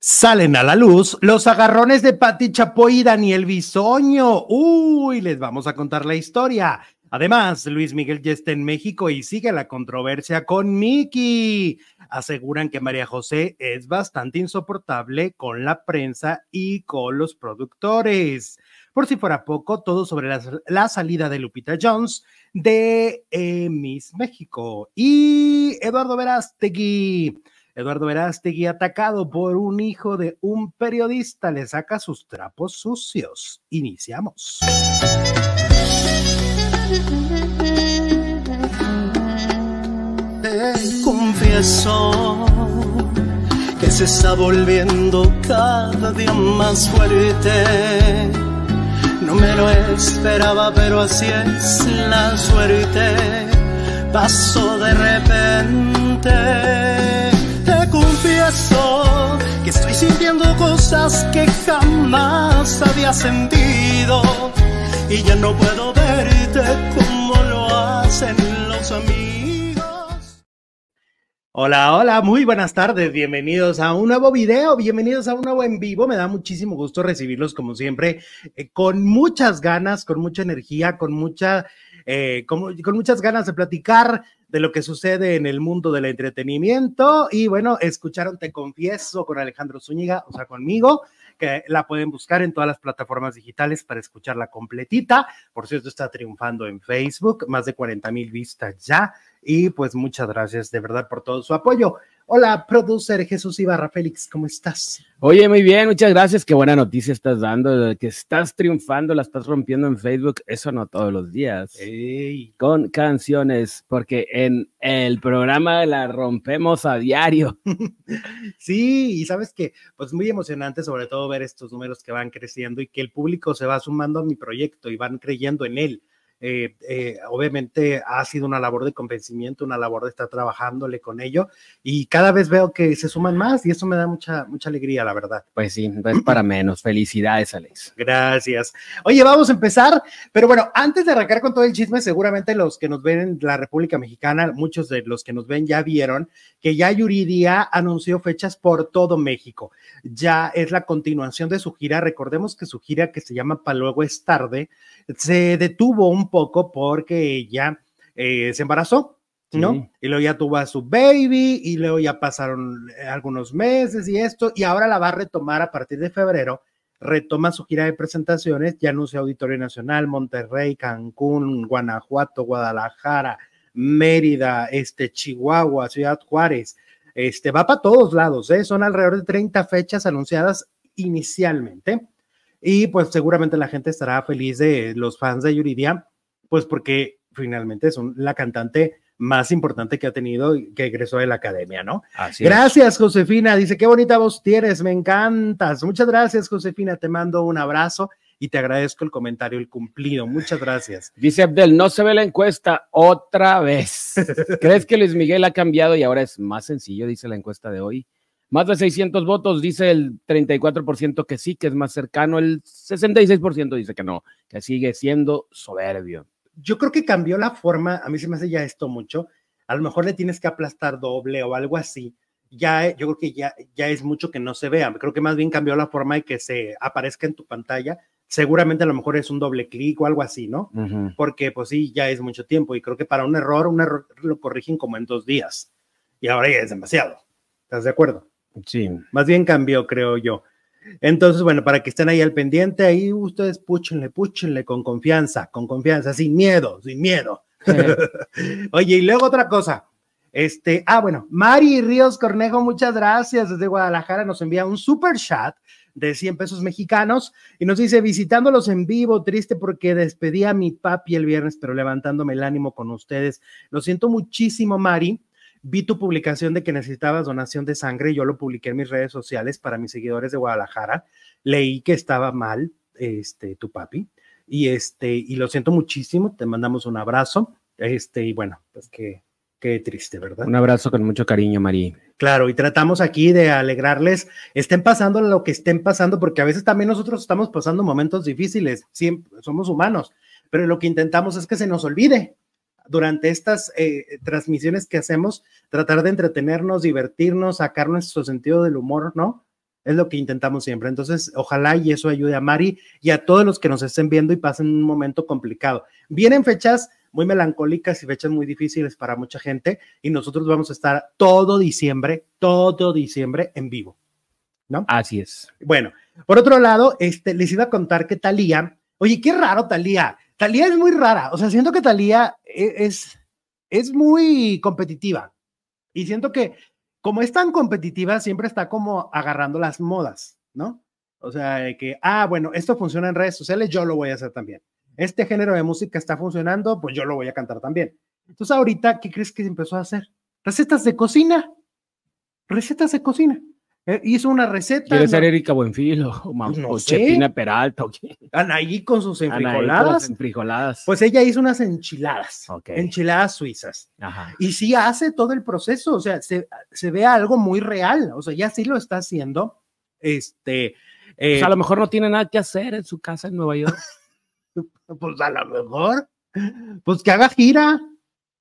Salen a la luz los agarrones de Pati Chapoy y Daniel Bisoño. Uy, les vamos a contar la historia. Además, Luis Miguel ya está en México y sigue la controversia con Miki. Aseguran que María José es bastante insoportable con la prensa y con los productores. Por si fuera poco, todo sobre la, la salida de Lupita Jones de eh, Miss México y Eduardo Verástegui. Eduardo Verástegui, atacado por un hijo de un periodista, le saca sus trapos sucios. Iniciamos. Te confieso que se está volviendo cada día más fuerte. No me lo esperaba, pero así es la suerte. Pasó de repente confieso que estoy sintiendo cosas que jamás había sentido y ya no puedo verte como lo hacen los amigos. Hola, hola, muy buenas tardes, bienvenidos a un nuevo video, bienvenidos a un nuevo en vivo, me da muchísimo gusto recibirlos como siempre, eh, con muchas ganas, con mucha energía, con mucha... Eh, con, con muchas ganas de platicar, de lo que sucede en el mundo del entretenimiento. Y bueno, escucharon Te Confieso con Alejandro Zúñiga, o sea, conmigo, que la pueden buscar en todas las plataformas digitales para escucharla completita. Por cierto, está triunfando en Facebook, más de 40 mil vistas ya. Y pues muchas gracias de verdad por todo su apoyo. Hola, producer Jesús Ibarra Félix, ¿cómo estás? Oye, muy bien, muchas gracias. Qué buena noticia estás dando, que estás triunfando, la estás rompiendo en Facebook. Eso no todos los días. Ey. Con canciones, porque en el programa la rompemos a diario. Sí, y sabes que, pues muy emocionante, sobre todo ver estos números que van creciendo y que el público se va sumando a mi proyecto y van creyendo en él. Eh, eh, obviamente ha sido una labor de convencimiento, una labor de estar trabajándole con ello y cada vez veo que se suman más y eso me da mucha, mucha alegría, la verdad. Pues sí, no es para menos. Felicidades, Alex. Gracias. Oye, vamos a empezar, pero bueno, antes de arrancar con todo el chisme, seguramente los que nos ven en la República Mexicana, muchos de los que nos ven ya vieron que ya Yuridia anunció fechas por todo México. Ya es la continuación de su gira. Recordemos que su gira que se llama Pa' luego es tarde, se detuvo un poco porque ella eh, se embarazó. ¿no? Sí. Y luego ya tuvo a su baby y luego ya pasaron eh, algunos meses y esto, y ahora la va a retomar a partir de febrero, retoma su gira de presentaciones, ya anuncia Auditorio Nacional, Monterrey, Cancún, Guanajuato, Guadalajara, Mérida, este, Chihuahua, Ciudad Juárez, este, va para todos lados, ¿eh? son alrededor de 30 fechas anunciadas inicialmente. Y pues seguramente la gente estará feliz de los fans de Yuridia, pues porque finalmente son la cantante más importante que ha tenido y que egresó de la academia, ¿no? Así Gracias, Josefina. Dice, qué bonita voz tienes, me encantas. Muchas gracias, Josefina. Te mando un abrazo y te agradezco el comentario, el cumplido. Muchas gracias. Dice Abdel, no se ve la encuesta otra vez. ¿Crees que Luis Miguel ha cambiado y ahora es más sencillo? Dice la encuesta de hoy. Más de 600 votos, dice el 34% que sí, que es más cercano. El 66% dice que no, que sigue siendo soberbio. Yo creo que cambió la forma, a mí se me hace ya esto mucho. A lo mejor le tienes que aplastar doble o algo así. Ya, eh, yo creo que ya, ya es mucho que no se vea. Creo que más bien cambió la forma de que se aparezca en tu pantalla. Seguramente a lo mejor es un doble clic o algo así, ¿no? porque pues sí, ya es mucho tiempo y creo que para un error, un error lo corrigen como en dos días y ahora ya es demasiado. ¿Estás de acuerdo? Sí. Más bien cambió, creo yo. Entonces, bueno, para que estén ahí al pendiente, ahí ustedes púchenle, púchenle con confianza, con confianza, sin miedo, sin miedo. Oye, y luego otra cosa. Este, ah, bueno, Mari Ríos Cornejo, muchas gracias. Desde Guadalajara nos envía un super chat de 100 pesos mexicanos y nos dice, visitándolos en vivo, triste porque despedí a mi papi el viernes, pero levantándome el ánimo con ustedes. Lo siento muchísimo, Mari. Vi tu publicación de que necesitabas donación de sangre. Yo lo publiqué en mis redes sociales para mis seguidores de Guadalajara. Leí que estaba mal, este, tu papi. Y este, y lo siento muchísimo. Te mandamos un abrazo. Este, y bueno, pues que, qué triste, ¿verdad? Un abrazo con mucho cariño, María. Claro, y tratamos aquí de alegrarles, estén pasando lo que estén pasando, porque a veces también nosotros estamos pasando momentos difíciles, siempre, somos humanos, pero lo que intentamos es que se nos olvide durante estas eh, transmisiones que hacemos, tratar de entretenernos, divertirnos, sacar nuestro sentido del humor, ¿no? Es lo que intentamos siempre. Entonces, ojalá y eso ayude a Mari y a todos los que nos estén viendo y pasen un momento complicado. Vienen fechas muy melancólicas y fechas muy difíciles para mucha gente y nosotros vamos a estar todo diciembre, todo diciembre en vivo. ¿No? Así es. Bueno, por otro lado, este, les iba a contar que Talía, oye, qué raro Talía. Talía es muy rara, o sea, siento que Talía es, es muy competitiva y siento que como es tan competitiva, siempre está como agarrando las modas, ¿no? O sea, de que, ah, bueno, esto funciona en redes sociales, yo lo voy a hacer también. Este género de música está funcionando, pues yo lo voy a cantar también. Entonces, ahorita, ¿qué crees que empezó a hacer? Recetas de cocina. Recetas de cocina. Eh, hizo una receta. Quiere ¿no? ser Erika Buenfil o, Ma- Pues no o sé. Chepina Peralta o quién. Anaí con sus Ana, ahí con las enfrijoladas. enfrijoladas. Pues ella hizo unas enchiladas, Ok. enchiladas suizas. Ajá. Y sí hace todo el proceso, o sea, se, se ve algo muy real, o sea, ya sí lo está haciendo. Este, eh, O sea, Pues, a lo mejor no tiene nada que hacer en su casa en Nueva York. pues a lo mejor, pues que haga gira.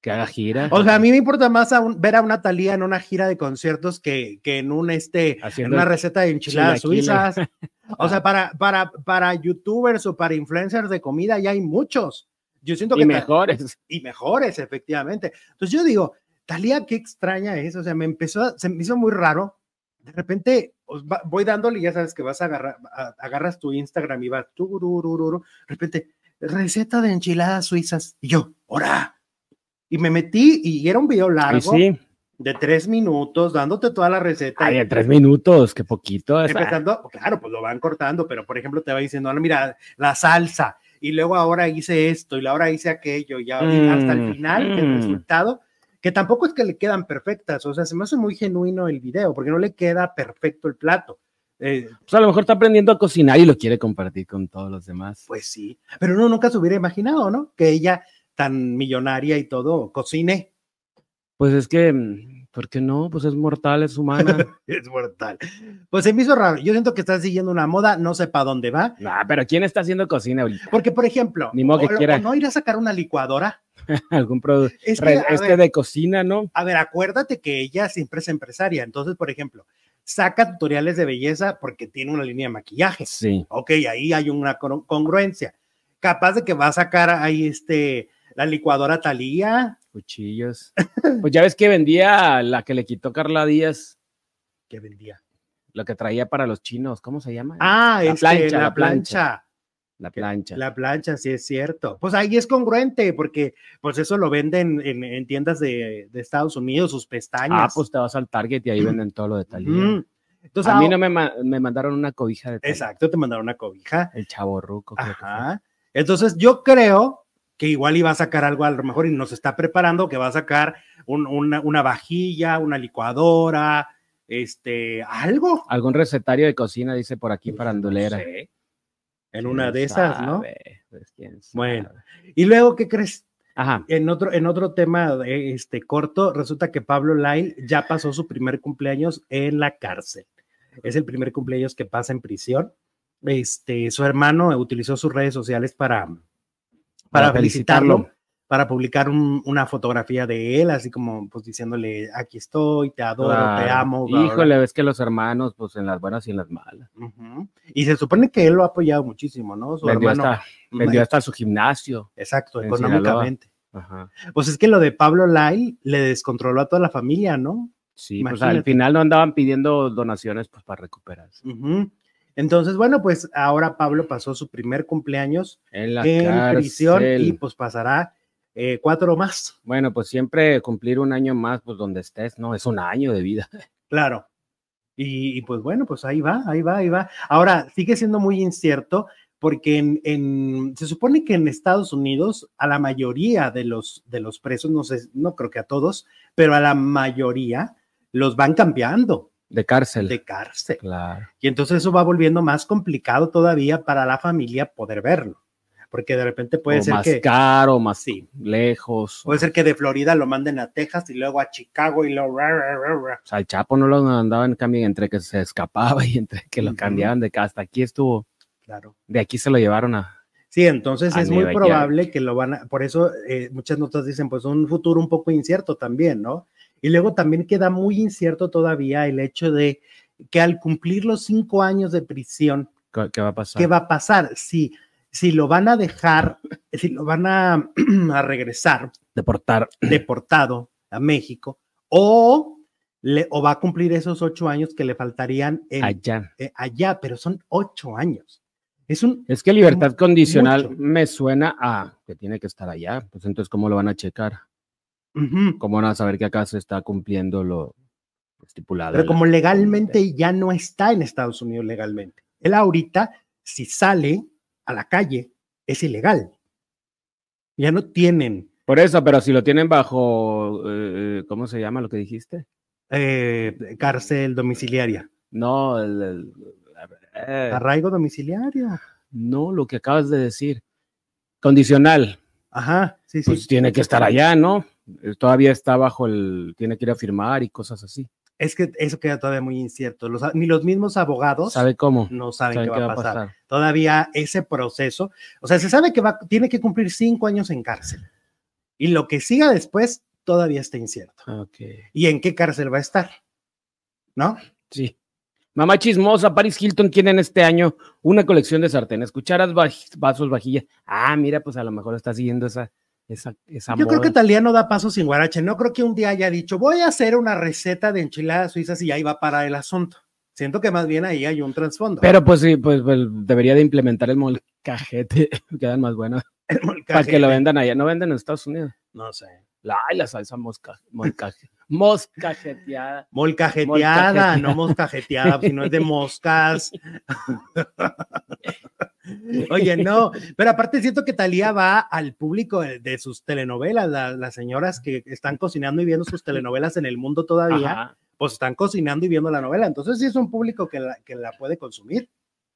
que haga gira. O sea, a mí me importa más a un- ver a una Talía en una gira de conciertos que, que en un este, en haciendo una receta de enchiladas chilaquiles. suizas. O sea, para, para, para youtubers o para influencers de comida ya hay muchos. Yo siento que y ta- mejores. y mejores, efectivamente. Entonces yo digo, Talía, qué extraña es, o sea, me empezó, a- se me hizo muy raro. De repente os va- voy dándole, y ya sabes que vas a agarrar, a- agarras tu Instagram y vas, tururururu, de repente, receta de enchiladas suizas, y yo, ¡hora! Y me metí y era un video largo Y sí, de tres minutos, dándote toda la receta. ay, en tres minutos, qué poquito. es- Empezando, claro, pues lo van cortando, pero por ejemplo te va diciendo, "Ah, mira, la salsa, y luego ahora hice esto, y ahora hice aquello, y, ahora- y Mm, hasta el final, el mm. resultado, que tampoco es que le quedan perfectas, o sea, se me hace muy genuino el video, porque no le queda perfecto el plato. Eh, Pues a lo mejor está aprendiendo a cocinar y lo quiere compartir con todos los demás. pues sí, pero uno nunca se hubiera imaginado, ¿no? Que ella, tan millonaria y todo, cocine. Pues es que, mm, ¿por qué no? Pues es mortal, es humana. Es mortal. Pues se me hizo raro. Yo siento que está siguiendo una moda, no sé para dónde va. nah, pero ¿quién está haciendo cocina ahorita? Porque, por ejemplo, Ni modo que o- o quiera. no ir a sacar una licuadora. ¿Algún producto? Es que, a este ver, de cocina, ¿no? A ver, acuérdate que ella siempre es empresaria. Entonces, por ejemplo, saca tutoriales de belleza porque tiene una línea de maquillaje. Sí. Ok, ahí hay una congru- congruencia. Capaz de que va a sacar ahí este, la licuadora Talía, Cuchillos. Pues ya ves que vendía la que le quitó Carla Díaz, que vendía. lo que traía para los chinos. ¿Cómo se llama? Ah, La este, plancha, la la plancha. plancha. la plancha. La plancha, sí es cierto. Pues ahí es congruente porque pues eso lo venden en, en tiendas de, de Estados Unidos, sus pestañas. Ah, pues te vas al Target y ahí venden todo lo de Talía. Mm. Entonces, a mí ah, no me, ma- me mandaron una cobija de Thalía, Exacto, te mandaron una cobija. El chavo ruco. creo que fue. Ajá. Entonces yo creo que igual iba a sacar algo a lo mejor y nos está preparando que va a sacar un- una, una vajilla, una licuadora, este, algo. Algún recetario de cocina, dice por aquí, farandulera. Pues, No sé. En una de esas, ¿no? Bueno. Bueno. Y luego, ¿qué crees? Ajá. En otro, en otro tema eh, este, corto, resulta que Pablo Lail ya pasó su primer cumpleaños en la cárcel. Es el primer cumpleaños que pasa en prisión. Este, su hermano eh, utilizó sus redes sociales para, para, Para felicitarlo, felicitarlo. para publicar un- una fotografía de él, así como pues diciéndole, aquí estoy, te adoro, te Claro. amo. bla, bla, bla". Híjole, ves que los hermanos, pues en las buenas y en las malas. Ujú. Y se supone que él lo ha apoyado muchísimo, ¿no? Su Vendió hermano. hasta, vendió hasta su gimnasio. Exacto, en económicamente. Ajá. Pues es que lo de Pablo Lyle le descontroló a toda la familia, ¿no? Sí, pues al Imagínate. final no andaban pidiendo donaciones pues para recuperarse. Ujú. Entonces, bueno, pues ahora Pablo pasó su primer cumpleaños En la en prisión cárcel. y pues pasará eh, cuatro más, Bueno, pues siempre cumplir un año más, pues donde estés, ¿no? Es un año de vida. claro. Y, y, pues bueno, pues ahí va, ahí va, ahí va. Ahora, sigue siendo muy incierto porque en, en- se supone que en Estados Unidos a la mayoría de los, de los presos, no sé, no creo que a todos, pero a la mayoría los van cambiando De cárcel. de cárcel. Claro. Y entonces eso va volviendo más complicado todavía para la familia poder verlo, porque de repente puede o ser más que caro, más Sí. lejos. puede ser que de Florida lo manden a Texas y luego a Chicago y luego ra, ra, ra, ra. O sea, al Chapo no lo andaban cambiando entre que se escapaba y entre que lo Ujú. cambiaban de casa. Hasta aquí estuvo. claro. De aquí se lo llevaron a. Sí, entonces A es muy Nueva York. probable que lo van a, por eso eh, muchas notas dicen, pues un futuro un poco incierto también, ¿no? Y luego también queda muy incierto todavía el hecho de que al cumplir los cinco años de prisión, ¿Qué, qué va a pasar? ¿qué va a pasar? Si, si lo van a dejar, si lo van a, a regresar Deportar. deportado a México o, le, o va a cumplir esos ocho años que le faltarían en- Allá. eh, allá, pero son ocho años. Es un, Es que libertad condicional Mucho. me suena a que tiene que estar allá. Pues entonces, ¿cómo lo van a checar? Eh, ujú, ¿Cómo van a saber que acá se está cumpliendo lo estipulado? pero en la- como legalmente ya no está en Estados Unidos legalmente. Él ahorita, si sale a la calle, es ilegal. Ya no tienen Por eso, pero si lo tienen bajo, eh, ¿cómo se llama lo que dijiste? eh, cárcel domiciliaria. No, el- el- eh, Arraigo domiciliario. no, lo que acabas de decir. Condicional, Ajá, sí, sí. pues tiene que estar allá, ¿no? Eh, Todavía está bajo el, tiene que ir a firmar y cosas así. Es que eso queda todavía muy incierto. Los a- ni los mismos abogados ¿Sabe cómo? no saben, ¿Saben Pues, qué, va a pasar. Todavía ese proceso, o sea, se sabe que va, tiene que cumplir cinco años en cárcel. Y lo que siga después todavía está incierto. Ok, ¿Y en qué cárcel va a estar? ¿No? sí. Mamá chismosa, Paris Hilton tiene en este año una colección de sartenes, cucharas, vaj- vasos, vajillas. Ah, mira, pues a lo mejor está siguiendo esa, esa, esa Yo creo moda. que Taliano da paso sin guarache. No creo que un día haya dicho, voy a hacer una receta de enchiladas suizas y ahí va para el asunto. Siento que más bien ahí hay un trasfondo. Pero pues sí, pues, pues, debería de implementar el molcajete, quedan más buenos, El molcajete, para que lo vendan allá, no venden en Estados Unidos. No sé. La, ay, la salsa mosca, molcaje, moscajeteada. Molcajeteada, Molcajeteada. no moscajeteada, pues, si no es de moscas. Oye, no, pero aparte siento que Talía va al público de, de sus telenovelas, la- las señoras que están cocinando y viendo sus telenovelas en el mundo todavía, Ajá. pues están cocinando y viendo la novela, entonces sí es un público que la, que la puede consumir,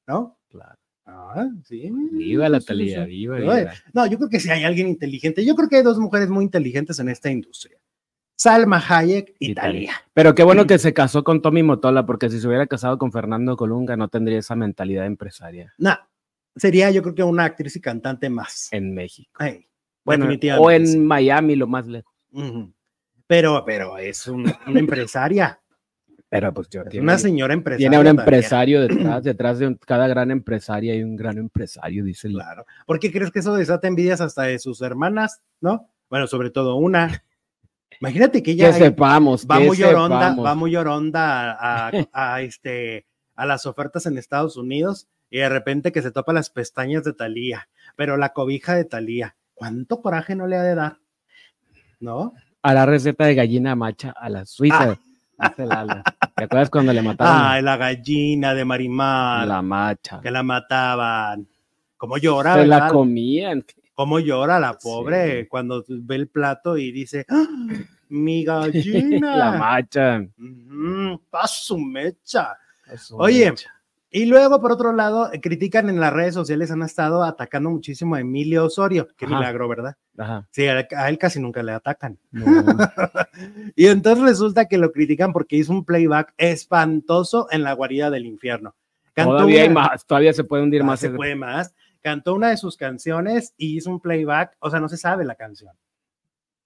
¿no? Claro. Ah, sí. Viva la Sí, sí, Talía, sí. viva, Oye, viva. No, yo creo que si hay alguien inteligente, yo creo que hay dos mujeres muy inteligentes en esta industria. Salma Hayek y, Y Thalía. Thalía. Pero qué bueno que se casó con Tommy Motola, porque si se hubiera casado con Fernando Colunga no tendría esa mentalidad empresaria No, sería yo creo que una actriz y cantante más. en México. Ay, Bueno, definitivamente, o en sí. Miami, lo más lejos. Ujú. Pero, pero es un- una empresaria, Pero pues yo es tiene, una señora empresaria. tiene un también, empresario detrás, detrás de un- cada gran empresaria hay un gran empresario, dice el Claro. ¿Por qué crees que eso desata envidias hasta de sus hermanas, no? Bueno, sobre todo una. Imagínate que ella que ahí sepamos, va que muy lloronda, sepamos. va muy lloronda a, a- a, este, a las ofertas en Estados Unidos y de repente que se topa las pestañas de Talía, pero la cobija de Talía. ¿Cuánto coraje no le ha de dar? ¿No? a la receta de gallina macha a la suiza. dice Lala. ¿Te acuerdas cuando le Ah, mataron la gallina de Marimar, la macha? que la mataban. Como llora, Se la ¿verdad? comían. Cómo llora la pobre Sí. cuando ve el plato y dice, ¡Ah! mi gallina. La macha. Ujú, ¡Ah, su mecha. a su Oye, mecha. Y luego, por otro lado, eh, critican en las redes sociales, han estado atacando muchísimo a Emilio Osorio. Qué Ajá. milagro, ¿verdad? Ajá. Sí, a a él casi nunca le atacan. No. Y entonces resulta que lo critican porque hizo un playback espantoso en la guarida del infierno. todavía hay una- más, todavía se puede hundir Ah, más. eh. se ese- puede más. Cantó una de sus canciones y hizo un playback. O sea, no se sabe la canción.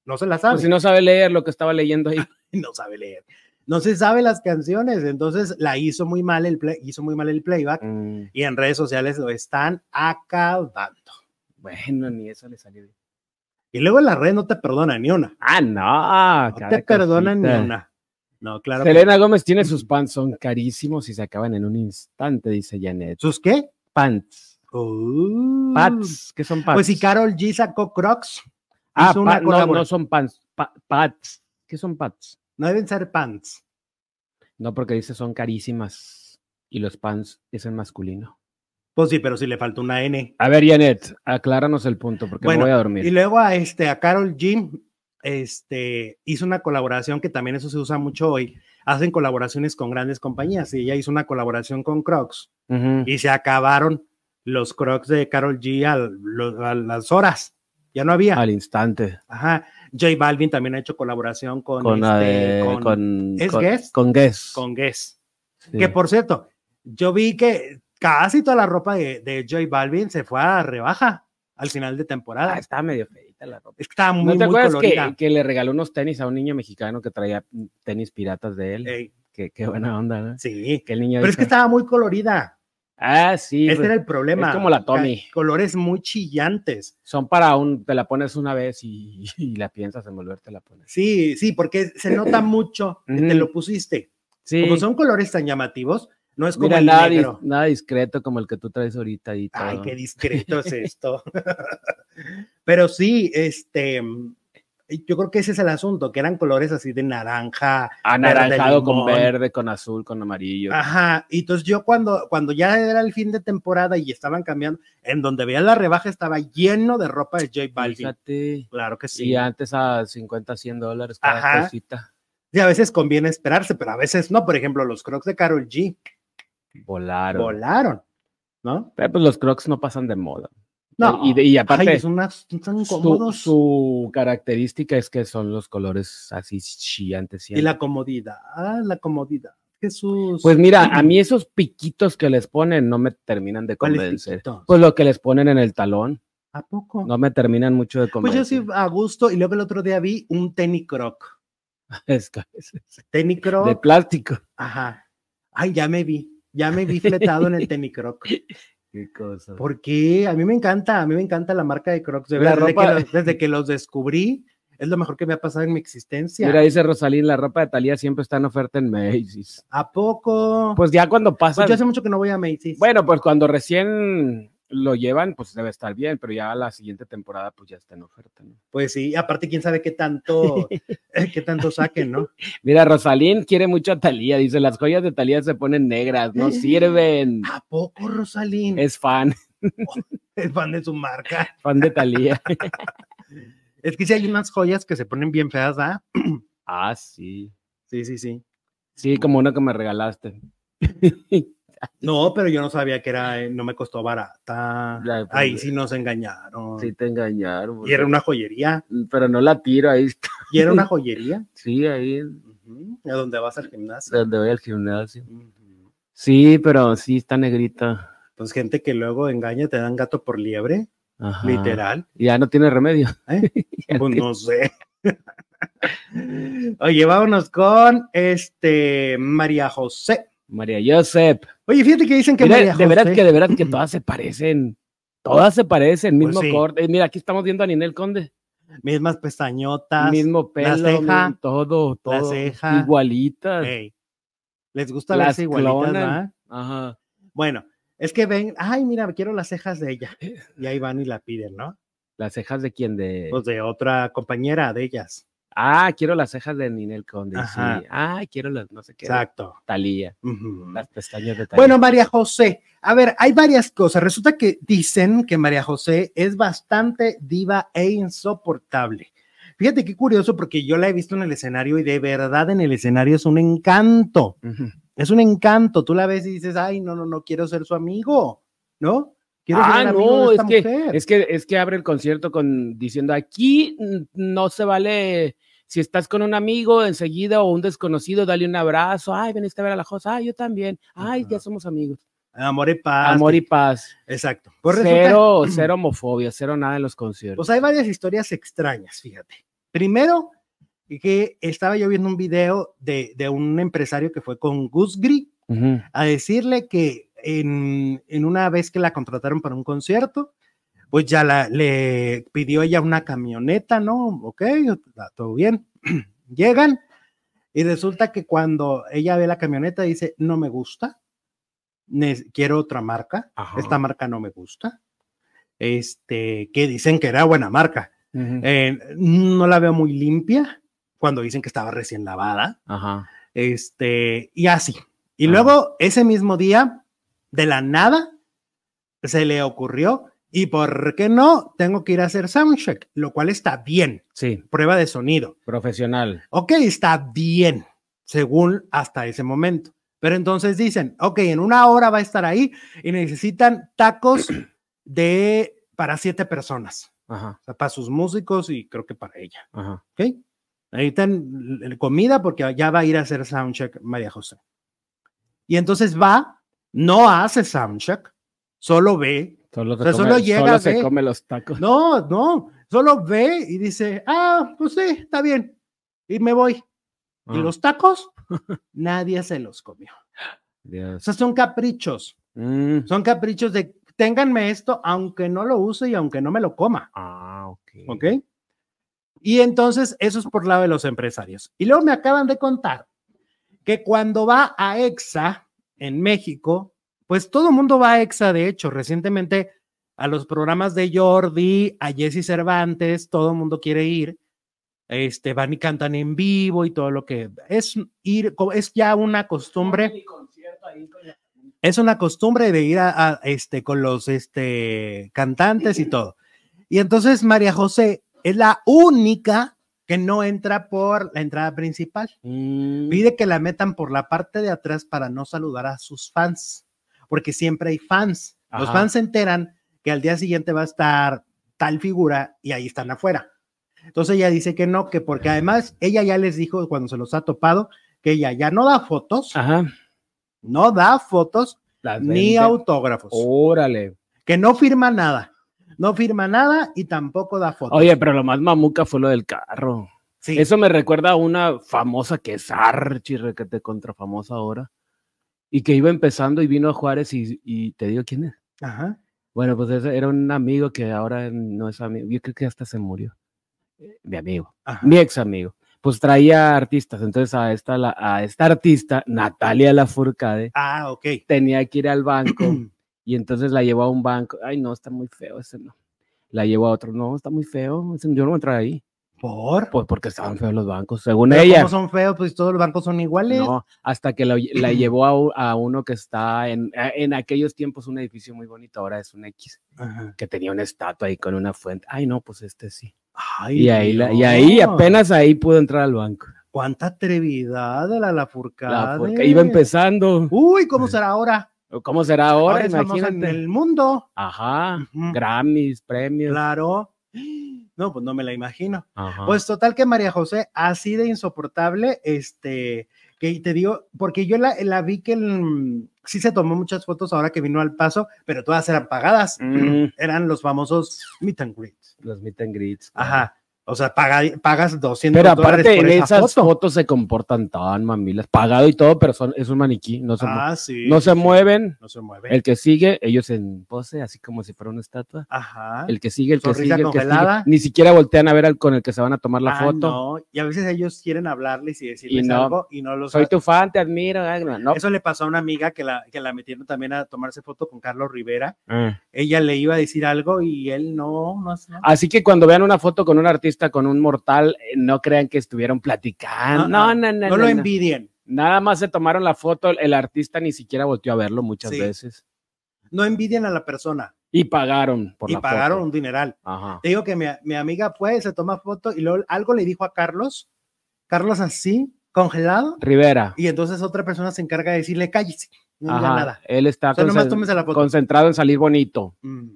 No se la sabe. Pues si no sabe leer lo que estaba leyendo ahí. no sabe leer. No se sabe las canciones. Entonces la hizo muy mal el, play- hizo muy mal el playback Mm, y en redes sociales lo están acabando. Bueno, ni eso le salió bien. Y luego en la red no te perdona ni una. Ah, no. No cada te perdonan ni Ah, cosita. una. No, claro. que- Selena Gómez tiene sus pants, son carísimos y se acaban en un instante, dice Janet. ¿Sus qué? Pants. Uh, Pats. ¿Qué son pants? Pues si Carol G sacó Crocs, Ah, hizo una pa- no, colabora- no son pants, pa- pats. ¿Qué son pats? no deben ser pants. No, porque dice son carísimas y los pants es en masculino. Pues sí, pero si le falta una N. A ver, Janet, acláranos el punto porque Bueno, me voy a Y dormir. luego a este a Carol Jim este hizo una colaboración que también eso se usa mucho hoy. Hacen colaboraciones con grandes compañías y ella hizo una colaboración con Crocs Ujú. y se acabaron los Crocs de Carol G al- lo- a las horas. Ya no había. Al instante. Ajá. J Balvin también ha hecho colaboración con Con, la este, de- con, con- ¿es con- Guess? con Guess. con Guess. Sí. Que por cierto, yo vi que casi toda la ropa de, de J Balvin se fue a rebaja al final de temporada. Ah, está medio feita la ropa. Está muy, ¿No te muy acuerdas colorida. que, que le regaló unos tenis a un niño mexicano que traía tenis piratas de él? Ey, Qué, qué buena onda, ¿no? Eh. Sí, Que el niño pero es dijo, que estaba muy colorida. Ah, sí. Este pues, era el problema. es como la Tommy. Ca- Colores muy chillantes. Son para un, te la pones una vez y, y la piensas en volverte la pones. Sí, sí, porque se nota mucho que te Ujú. lo pusiste. Sí. Como son colores tan llamativos, no es como Mira, Ah. el nada, dis- negro. nada discreto como el que tú traes ahorita y todo. Ay, qué discreto es esto. Pero sí, este, yo creo que ese es el asunto, que eran colores así de naranja. Anaranjado con limón. Ah, verde, con azul, con amarillo. Ajá, y entonces yo cuando, cuando ya era el fin de temporada y estaban cambiando, en donde veía la rebaja estaba lleno de ropa de J Balvin. Fíjate. Claro que sí. Y antes a 50, 100 dólares cada Ajá. cosita. Y a veces conviene esperarse, pero a veces no. Por ejemplo, los crocs de Carol G Volaron. volaron, ¿no? Pero pues los crocs no pasan de moda. No. Eh, Y, de- y aparte, Ay, son, unas- son tan su, cómodos. su característica es que son los colores así chillantes. Y la comodidad, ah, la comodidad. Jesús. Pues mira, a mí esos piquitos que les ponen no me terminan de ¿Cuál es convencer. piquito? Pues lo que les ponen en el talón ¿A poco? no me terminan mucho de pues yo convencer. sí a gusto. Y luego el otro día vi un tenis croc. Es que es- es Tenis croc. de plástico. Ajá. Ay, ya me vi. Ya me vi fletado en el tenis croc. Qué cosa. Porque a mí me encanta, a mí me encanta la marca de crocs. De verdad, La desde, que ropa- los, desde que los descubrí, es lo mejor que me ha pasado en mi existencia. Mira, dice Rosalín, la ropa de Talía siempre está en oferta en Macy's. ¿A poco? Pues, Pues ya cuando pasa. yo hace mucho que no voy a Macy's. Bueno, pues cuando recién lo llevan, pues debe estar bien, pero ya la siguiente temporada, pues ya está en oferta. ¿no? Pues sí, aparte, quién sabe qué tanto, eh, qué tanto saquen, ¿no? Mira, Rosalín quiere mucho a Talía. Dice, las joyas de Talía se ponen negras, no sirven. ¿A poco, Rosalín? Es, Es fan, fan de su marca. fan de Talía. Es que si hay unas joyas que se ponen bien feas, ¿ah? ah, sí. Sí, sí, sí. Sí, como una que me regalaste. No, pero yo no sabía que era, eh, no me costó barata. Ya, pues, Ahí sí nos engañaron. Sí, te engañaron. Y era una joyería. Pero no la tiro, ahí está. Y era una joyería. Sí, ahí es Ujú, A donde vas al gimnasio. donde voy al gimnasio. Ujú. Sí, pero sí está negrita. Pues gente que luego engaña, te dan gato por liebre, Ajá. literal. Ya no tiene remedio. ¿eh? Ya Pues no sé. Oye, vámonos con este María José. María Josep. Oye, fíjate que dicen que Mira, María de verdad José- que de verdad que todas se parecen. Todas se parecen, Pues mismo sí. corte. Eh, Mira, aquí estamos viendo a Ninel Conde. mismas pestañotas, mismo pelo, ceja, mi- todo, todo. la ceja. Igualitas. ey. Les gusta Las las igualitas, clonan. ¿verdad? Ajá. Bueno, es que ven, ay, mira, quiero las cejas de ella. Y ahí van y la piden, ¿no? ¿Las cejas de quién? De... Pues de otra compañera de ellas. Ah, quiero las cejas de Ninel Conde. Ajá. Sí. Ah, quiero las, no sé qué. Exacto. Talía. Ujú. Las pestañas de Talía. Bueno, María José, a ver, hay varias cosas. Resulta que dicen que María José es bastante diva e insoportable. Fíjate qué curioso, porque yo la he visto en el escenario y de verdad en el escenario es un encanto. Ujú. Es un encanto. Tú la ves y dices, ay, no, no, no quiero ser su amigo, ¿no? Quiero Ah, ser el amigo de no, es esta que, mujer. es, que, es que abre el concierto con diciendo aquí mm, no se vale. Si estás con un amigo enseguida o un desconocido, dale un abrazo. Ay, veniste a ver a la Josa. Ay, yo también. Ay, ya Ajá. somos amigos. Amor y paz. Amor y paz. Exacto. Pues resulta- Cero, cero homofobia, cero nada en los conciertos. Pues hay varias historias extrañas, fíjate. Primero, que estaba yo viendo un video de, de un empresario que fue con Gus Gris Ujú. a decirle que en, en una vez que la contrataron para un concierto, pues ya la, le pidió ella una camioneta, ¿no? Ok, está todo bien. Llegan y resulta que cuando ella ve la camioneta dice, no me gusta, ne- quiero otra marca, Ajá. esta marca no me gusta. Este, que dicen que era buena marca. Ujú. Eh, no la veo muy limpia cuando dicen que estaba recién lavada Ajá. este, y así. Y Ajá. luego, ese mismo día, de la nada, se le ocurrió, ¿y por qué no? Tengo que ir a hacer soundcheck, lo cual está bien, Sí, prueba de sonido. profesional. Ok, está bien, según hasta ese momento. Pero entonces dicen, ok, en una hora va a estar ahí y necesitan tacos de para siete personas, Ajá, o sea, para sus músicos y creo que para ella. ajá. ¿ok? Necesitan l- comida porque ya va a ir a hacer soundcheck María José. Y entonces va, no hace soundcheck, solo ve. Solo, se O sea, come- solo llega, solo se ve. come los tacos. No, no, solo ve y dice, ah, pues sí, está bien. Y me voy. Ah. ¿Y los tacos? Nadie se los comió. O Dios. sea, son caprichos. Mm. Son caprichos de ténganme esto, aunque no lo use y aunque no me lo coma. Ah, ok. ¿Ok? Y entonces, eso es por lado de los empresarios. Y luego me acaban de contar que cuando va a EXA en México, pues todo el mundo va a EXA, de hecho, recientemente a los programas de Jordi, a Jesse Cervantes, todo el mundo quiere ir. Este, van y cantan en vivo y todo lo que es ir, co- es ya una costumbre, es una costumbre de ir a, a, este con los este cantantes y todo. Y entonces María José es la única que no entra por la entrada principal. Mm. Pide que la metan por la parte de atrás para no saludar a sus fans, porque siempre hay fans. Los Ajá. fans se enteran que al día siguiente va a estar tal figura y ahí están afuera. Entonces ella dice que no, que porque además ella ya les dijo cuando se los ha topado que ella ya no da fotos, Ajá. no da fotos Las Oh. ni venden. autógrafos, Órale. que no firma nada, no firma nada y tampoco da fotos. Oye, pero lo más mamuca fue lo del carro. Sí. Eso me recuerda a una famosa que es archi requete contra famosa ahora. Y que iba empezando y vino a Juárez y, y te digo quién es. Ajá. Bueno, pues ese era un amigo que ahora no es amigo. Yo creo que hasta se murió. Eh, Mi amigo, Ajá. mi ex amigo. Pues traía artistas. Entonces a esta, la- a esta artista, Natalia Lafourcade, Ah, ok. tenía que ir al banco y entonces la llevó a un banco. Ay, no, está muy feo ese no. La llevó a otro, no, está muy feo. ese yo no voy a entrar ahí. ¿Por? Pues porque estaban feos los bancos, según Pero ella. como son feos, pues todos los bancos son iguales. No, hasta que la, la llevó a, u- a uno que está en, a- en aquellos tiempos un edificio muy bonito, ahora es un X, Ajá. que tenía una estatua ahí con una fuente. Ay, no, pues este sí. Ay, Y ahí, la- y ahí Dios. apenas ahí pudo entrar al banco. Cuánta atrevidad de la La- Lafurcade. porque iba empezando. Uy, ¿cómo será ahora? ¿Cómo será Ahora, ahora? es famosa en Imagínate. Ah, el mundo. Ajá. Ujú, Grammys, premios. Claro. No, pues no me la imagino. Ajá. Pues total que María José, así de insoportable, este, que te digo, porque yo la, la vi que mm, sí se tomó muchas fotos ahora que vino al paso, pero todas eran pagadas. Mm. Eran los famosos meet and greet. los meet and greets. claro. Ajá. O sea, paga- pagas 200 Pero dólares aparte, por en esa esas foto. fotos se comportan tan mamilas, pagado y todo, pero son, es un maniquí, no se, mue- Ah, sí. no se mueven. No se mueve. El que sigue, ellos en pose, así como si fuera una estatua. Ajá. El que sigue, el que Sonrisa sigue, el que congelada. sigue. Ni siquiera voltean a ver al con el que se van a tomar la Ah, foto. no. Y a veces ellos quieren hablarles y decirles Y no. algo y no los Soy tu fan, te admiro. ay, no, no. Eso le pasó a una amiga que la, que la metieron también a tomarse foto con Carlos Rivera. Ah. Ella le iba a decir algo y él no, no, no. Así que cuando vean una foto con un artista, con un mortal, eh, no crean que estuvieron platicando. Ah, ah, No, no, no. No no, lo no. envidien. Nada más se tomaron la foto, el artista ni siquiera volteó a verlo muchas Sí. veces. No envidien a la persona. Y pagaron por y la pagaron foto. un dineral. Ajá. Te digo que mi, mi amiga fue, se toma foto y luego algo le dijo a Carlos. Carlos así, congelado. Rivera. Y entonces otra persona se encarga de decirle, cállese. No diga Ajá, nada. Él está O sea, nomás concen- tómese la foto. concentrado en salir bonito. Mm,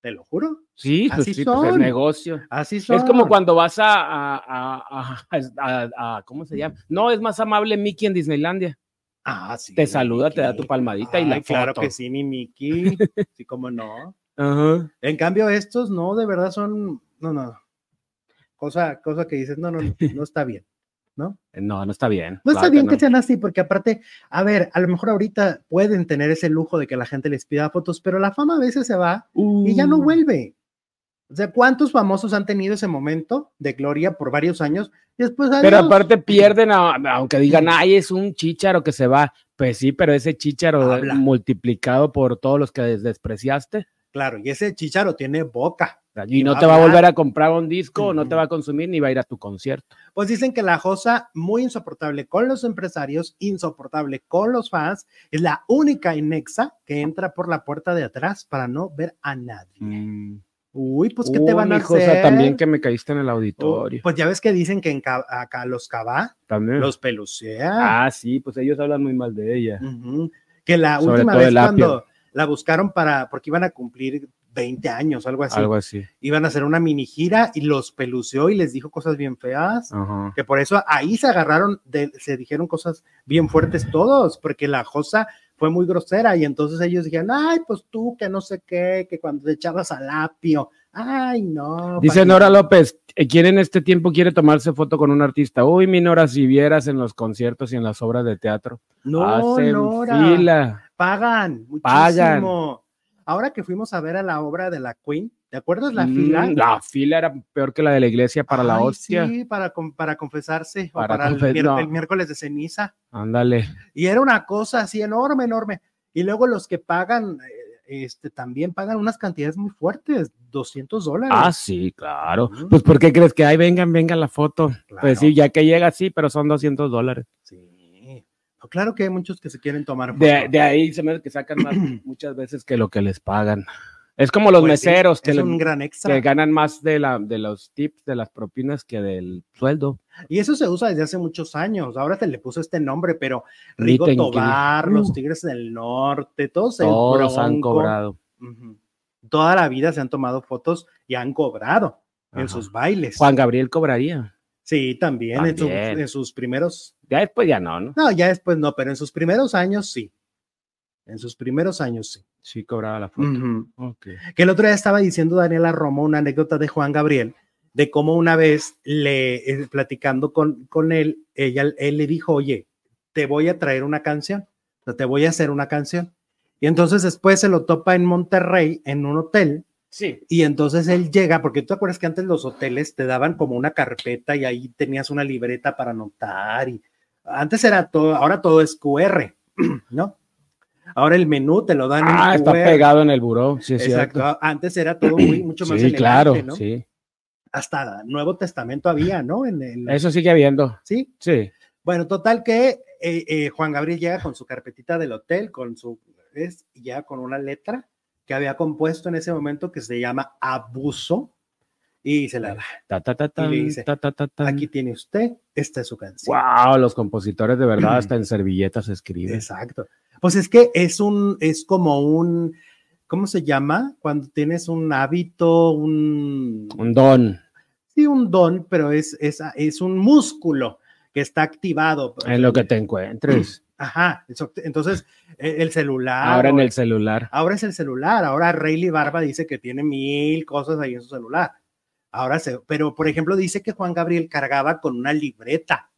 Te lo juro. Sí, pues Así sí, pues es son. negocio. Así son. Es como cuando vas a, a- a- a- a- a- ¿cómo se llama? No, es más amable Mickey en Disneylandia. Ah, sí, Te mi saluda, te da Mickey. tu palmadita y la Ay, claro foto. que sí, mi Mickey. sí, cómo no. Ajá. En cambio, estos no, de verdad son. No, no. Cosa, cosa que dices, no, no, no está bien. Eh, No, no está bien. No claro está bien no. que sean así, porque aparte, a ver, a lo mejor ahorita pueden tener ese lujo de que la gente les pida fotos, pero la fama a veces se va y ya no Mm. Uh, vuelve. O sea, ¿cuántos famosos han tenido ese momento de gloria por varios años? Y después, Pero adiós. aparte pierden, a- aunque digan, ay, es un chícharo que se va. Pues sí, pero ese chícharo Habla. multiplicado por todos los que des- despreciaste. Claro, y ese chicharo tiene boca. Y no va a te va a hablar. volver a comprar un disco, no te Ujú. va a consumir ni va a ir a tu concierto. Pues dicen que la Josa, muy insoportable con los empresarios, insoportable con los fans, es la única inexa que entra por la puerta de atrás para no ver a nadie. Uy, pues ¿qué te Uy, van a hijo, o sea, hacer? también que me caíste en el Oh, auditorio. pues ya ves que dicen que en Ca- acá los cabá, también. Oh, los pelucea. Ah, sí, pues ellos hablan muy mal de ella. Ujú. Que la Sobre última todo vez el apio. cuando la buscaron para, porque iban a cumplir 20 años, algo así, Algo así. iban a hacer una mini gira y los peluceó y les dijo cosas bien feas. Ajá. que por eso ahí se agarraron, de- se dijeron cosas bien fuertes todos, porque la Josa fue muy grosera y entonces ellos dijeron, ay, pues tú que no sé qué, que cuando te echabas al apio, ay, no. Dice Paquita". Nora López, eh, ¿quién en este tiempo quiere tomarse foto con un artista? Uy, mi Nora, si vieras en los conciertos y en las obras de teatro. No, hacen Nora, fila. pagan muchísimo. Pagan. Ahora que fuimos a ver a la obra de la Queen, ¿te acuerdas ¿Pues la Mm, fila? La fila era peor que la de la iglesia para la Ay, hostia. Sí, para, con- para confesarse Para o para el confes- mier- no. el miércoles de ceniza. Ándale. Y era una cosa así enorme, enorme. Y luego los que pagan, eh, este, también pagan unas cantidades muy fuertes, 200 dólares. Ah, sí, claro. Mm. Pues, ¿por qué crees que, ay, vengan, vengan la foto? Claro, Pues sí, ya que llega, sí, pero son 200 dólares. sí. No, claro que hay muchos que se quieren tomar. De, foto. de ahí se me hace que sacan más muchas veces que lo que les pagan. Es como los Pues sí, meseros que, es le- un gran que extra. ganan más de, la, de los tips, de las propinas que del sueldo. Y eso se usa desde hace muchos años. Ahora se le puso este nombre, pero Ni Rigo te inquil- Tobar, Uh. los Tigres del Norte, todos, el Todos han Bronco, cobrado. ujú, Toda la vida se han tomado fotos y han cobrado en Ajá. sus bailes. Juan Gabriel cobraría. Sí, también, en su- También. en sus primeros Ya después ya no, ¿no? No, ya después no, pero en sus primeros años sí. En sus primeros años sí. Sí cobraba la foto. Ujú. Ok. Que el otro día estaba diciendo Daniela Romo una anécdota de Juan Gabriel, de cómo una vez le eh, platicando con, con él, ella, él le dijo, oye, te voy a traer una canción, o sea, te voy a hacer una canción. Y entonces después se lo topa en Monterrey, en un hotel, Sí. y entonces él llega, porque tú te acuerdas que antes los hoteles te daban como una carpeta y ahí tenías una libreta para anotar y antes era todo, ahora todo es QR, ¿no? Ahora el menú te lo dan en Ah, está QR. pegado en el buró, sí es Exacto. cierto. Antes era todo muy, mucho más sí, elegante, claro, ¿no? sí. Hasta Nuevo Testamento había, ¿no? En, en- Eso sigue habiendo, Sí. sí. Bueno, total que eh, eh, Juan Gabriel llega con su carpetita del hotel, con su, es ya con una letra que había compuesto en ese momento que se llama Abuso y se la da. Ta, ta, ta, Y le tan, dice, ta, ta, ta, tan. Aquí tiene usted, esta es su canción. Wow, los compositores de Mm. verdad hasta en servilletas escriben. Exacto. Pues es que es un, es como un, ¿cómo se llama? Cuando tienes un hábito, un, Un don. sí, un don, pero es, es, es un músculo que está activado. En lo que te encuentres. Ajá. eso- Entonces, eh, el celular. Ahora en o- el celular. Ahora es el celular. Ahora Rayleigh Barba dice que tiene mil cosas ahí en su celular. Ahora se, pero por ejemplo, dice que Juan Gabriel cargaba con una libreta.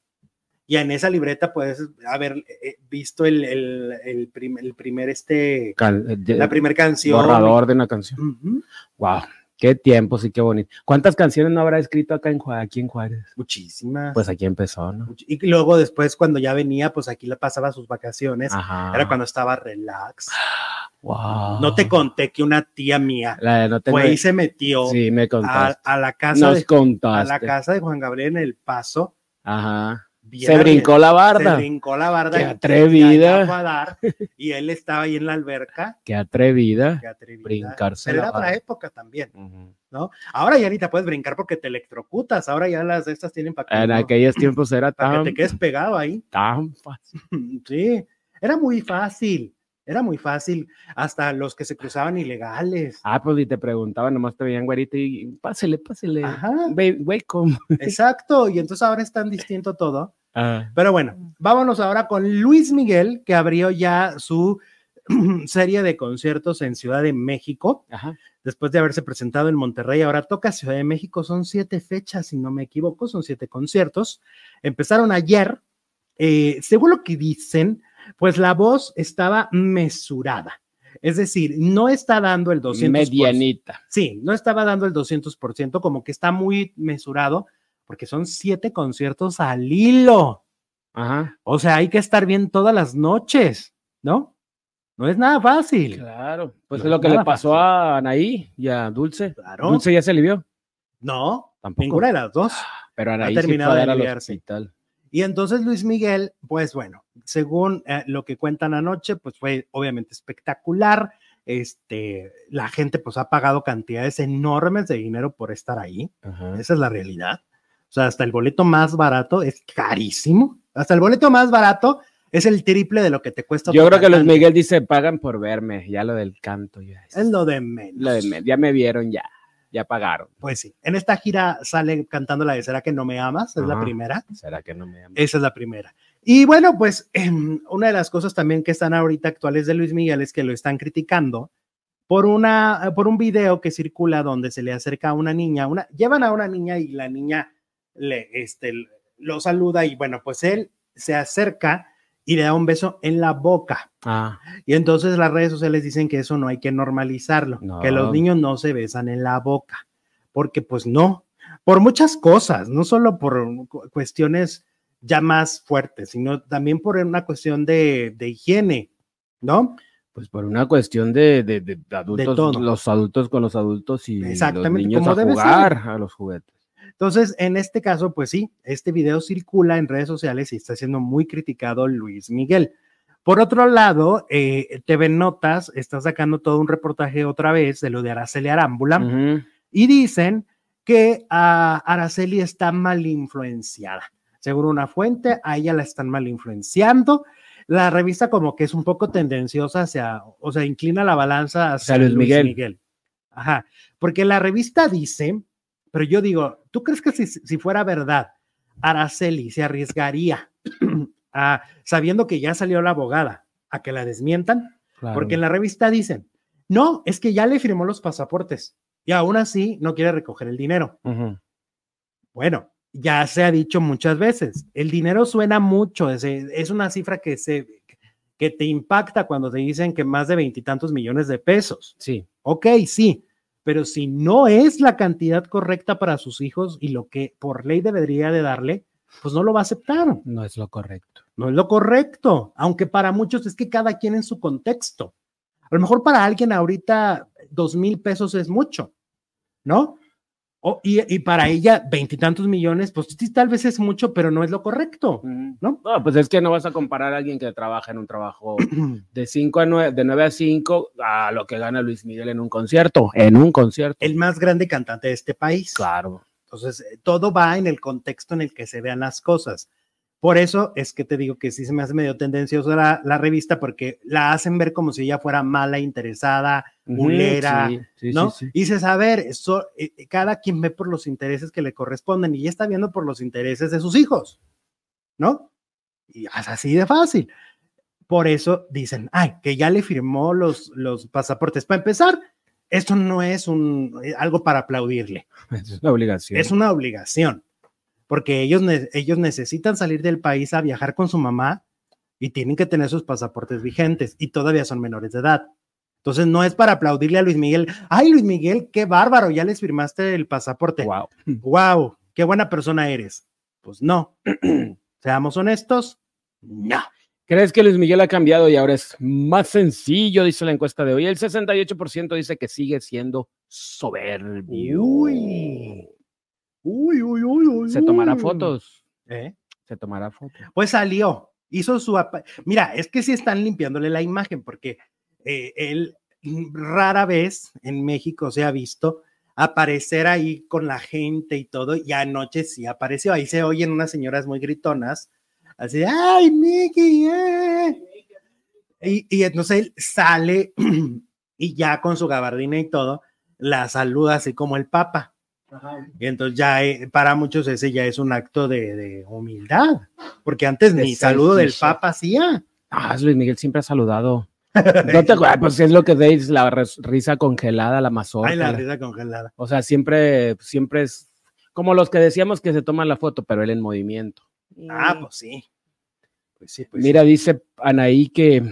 Y en esa libreta puedes haber eh, visto el, el, el prim- el primer, este, Can- eh, de- la primera canción. borrador de una canción. Ujú. Wow, qué tiempos y qué bonito. ¿Cuántas canciones no habrá escrito acá en Juárez? Aquí en Juárez. Muchísimas. Pues aquí empezó, ¿no? Much- y luego después, cuando ya venía, pues aquí la pasaba sus vacaciones. Ajá. Pues, Era cuando estaba relax. Ah. Wow. No te conté que una tía mía La de no tengo. fue y se metió sí, me a, contaste. a la casa Nos de a contaste. la casa de Juan Gabriel en El Paso. Ajá. bien Se brincó la abierta, barda. Se brincó la barda. Qué y- y atrevida. allá fue a dar, y él estaba ahí en la alberca. Qué atrevida. Qué atrevida. Brincarse Pero la era otra barda. época también. Ujú. Ahora ya ni te puedes brincar porque te electrocutas. Ahora ya las de estas tienen para que, En no- aquellos tiempos era para tan, que te quedes pegado ahí. tan fácil. Sí, era muy fácil. Era muy fácil. Hasta los que se cruzaban ilegales. Ah, pues y te preguntaban, nomás te veían güerito y pásele, pásele. Ajá, Ve- Welcome. exacto. Y entonces ahora es tan distinto todo. Pero bueno, vámonos ahora con Luis Miguel, que abrió ya su serie de conciertos en Ciudad de México, Ajá. después de haberse presentado en Monterrey. Ahora toca Ciudad de México, son siete fechas, si no me equivoco, son siete conciertos. Empezaron ayer. Eh, según lo que dicen, pues la voz estaba mesurada. Es decir, no está dando el 200%. Medianita. Sí, no estaba dando el 200%, como que está muy mesurado, porque son siete conciertos al hilo. Ajá. O sea, hay que estar bien todas las noches, ¿no? No es nada fácil. Claro, pues No es es lo que nada le pasó a Anaí y a Dulce. Claro. Dulce ya se alivió, No, tampoco. ninguna de las dos. Pero Anaí Ha sí fue terminado a de dar al aliviarse. hospital. Y entonces Luis Miguel, pues bueno, según eh, lo que cuentan anoche, pues fue obviamente espectacular. Este, la gente pues ha pagado cantidades enormes de dinero por estar ahí. Ajá. Esa es la realidad. O sea, hasta el boleto más barato es carísimo. Hasta el boleto más barato es el triple de lo que te cuesta. Yo otro creo que Luis cantante. Miguel dice, pagan por verme, ya lo del canto. Ya es- es lo de menos. lo de me- ya me vieron, ya, ya pagaron. Pues sí, en esta gira sale cantando la de ¿Será que no me amas? Es la Ajá. primera. ¿Será que no me aman? Esa es la primera. Y bueno, pues em, una de las cosas también que están ahorita actuales de Luis Miguel es que lo están criticando por, una, eh, por un video que circula donde se le acerca a una niña, una, llevan a una niña y la niña le, este, lo saluda y bueno, pues él se acerca y le da un beso en la boca. Ah, Y entonces las redes sociales dicen que eso no hay que normalizarlo, No. que los niños no se besan en la boca, porque pues no, por muchas cosas, no solo por cu- cuestiones ya más fuertes, sino también por una cuestión de, de higiene, ¿no? pues por una cuestión de, de- de adultos, todo. los adultos con los adultos y los Exactamente, niños como a debe jugar a los juguetes. Entonces, en este caso, pues sí, este video circula en redes sociales y está siendo muy criticado Luis Miguel. Por otro lado, eh, TV Notas está sacando todo un reportaje otra vez de lo de Araceli Arámbula. Ujú. y dicen que a Araceli está mal influenciada. Según una fuente, a ella la están mal influenciando. La revista como que es un poco tendenciosa hacia, o sea, inclina la balanza hacia Luis Miguel. Ajá, porque la revista dice, pero yo digo, ¿tú crees que si, si fuera verdad, Araceli se arriesgaría a, sabiendo que ya salió la abogada, a que la desmientan? Claro. Porque en la revista dicen, no, es que ya le firmó los pasaportes y aún así no quiere recoger el dinero. Ujú. Bueno, ya se ha dicho muchas veces, el dinero suena mucho, es, es una cifra que, se, que te impacta cuando te dicen que más de veintitantos millones de pesos. Sí, Ok, sí, pero si no es la cantidad correcta para sus hijos y lo que por ley debería de darle, pues no lo va a aceptar. no es lo correcto. No es lo correcto, aunque para muchos es que cada quien en su contexto. A lo mejor para alguien ahorita dos mil pesos es mucho, ¿no? O- y, y para ella veintitantos millones, pues sí, tal vez es mucho, pero no es lo correcto. ¿No? pues es que no vas a comparar a alguien que trabaja en un trabajo de 5 a 9, de 9 a 5 a lo que gana Luis Miguel en un concierto, en un concierto. El más grande cantante de este país. Claro. Entonces, eh, todo va en el contexto en el que se vean las cosas. Por eso es que te digo que sí se me hace medio tendenciosa la, la revista porque la hacen ver como si ella fuera mala, interesada, Bulera, Sí, sí, ¿no? sí, sí. Y dices, a ver, eso, eh, eh, cada quien ve por los intereses que le corresponden y ya está viendo por los intereses de sus hijos, ¿no? Y es así de fácil. Por eso dicen, ay, que ya le firmó los, los pasaportes. Para empezar, esto no es un, eh, algo para aplaudirle, Es una obligación. es una obligación, porque ellos, ne- ellos necesitan salir del país a viajar con su mamá y tienen que tener sus pasaportes vigentes y todavía son menores de edad. Entonces no es para aplaudirle a Luis Miguel, ay Luis Miguel, qué bárbaro, ya les firmaste el pasaporte. Wow, Wow. qué buena persona eres. Pues no, seamos honestos, no. ¿Crees que Luis Miguel ha cambiado y ahora es más sencillo? Dice la encuesta de hoy. El 68% dice que sigue siendo soberbio. Uy. Uy, uy, uy, uy. Se tomará uy. fotos. ¿Eh? Se tomará fotos. pues salió, hizo su... apa- Mira, es que sí están limpiándole la imagen porque eh, él mm, rara vez en México se ha visto aparecer ahí con la gente y todo, y anoche sí apareció, ahí se oyen unas señoras muy gritonas, así de, ¡ay, Mickey! eh". Y, y entonces él sale y ya con su gabardina y todo, la saluda así como el Papa. Y entonces ya eh, para muchos ese ya es un acto de, de humildad, porque antes De ni saludo del selfish. Papa hacía. Ah, Luis Miguel siempre ha saludado. No te acuerdas, pues es lo que veis, la res- risa congelada, la mazorca. Ay, la risa congelada. O sea, siempre, siempre es como los que decíamos que se toman la foto, pero él en movimiento. Ah, pues sí. Pues sí, pues Mira, dice Anaí que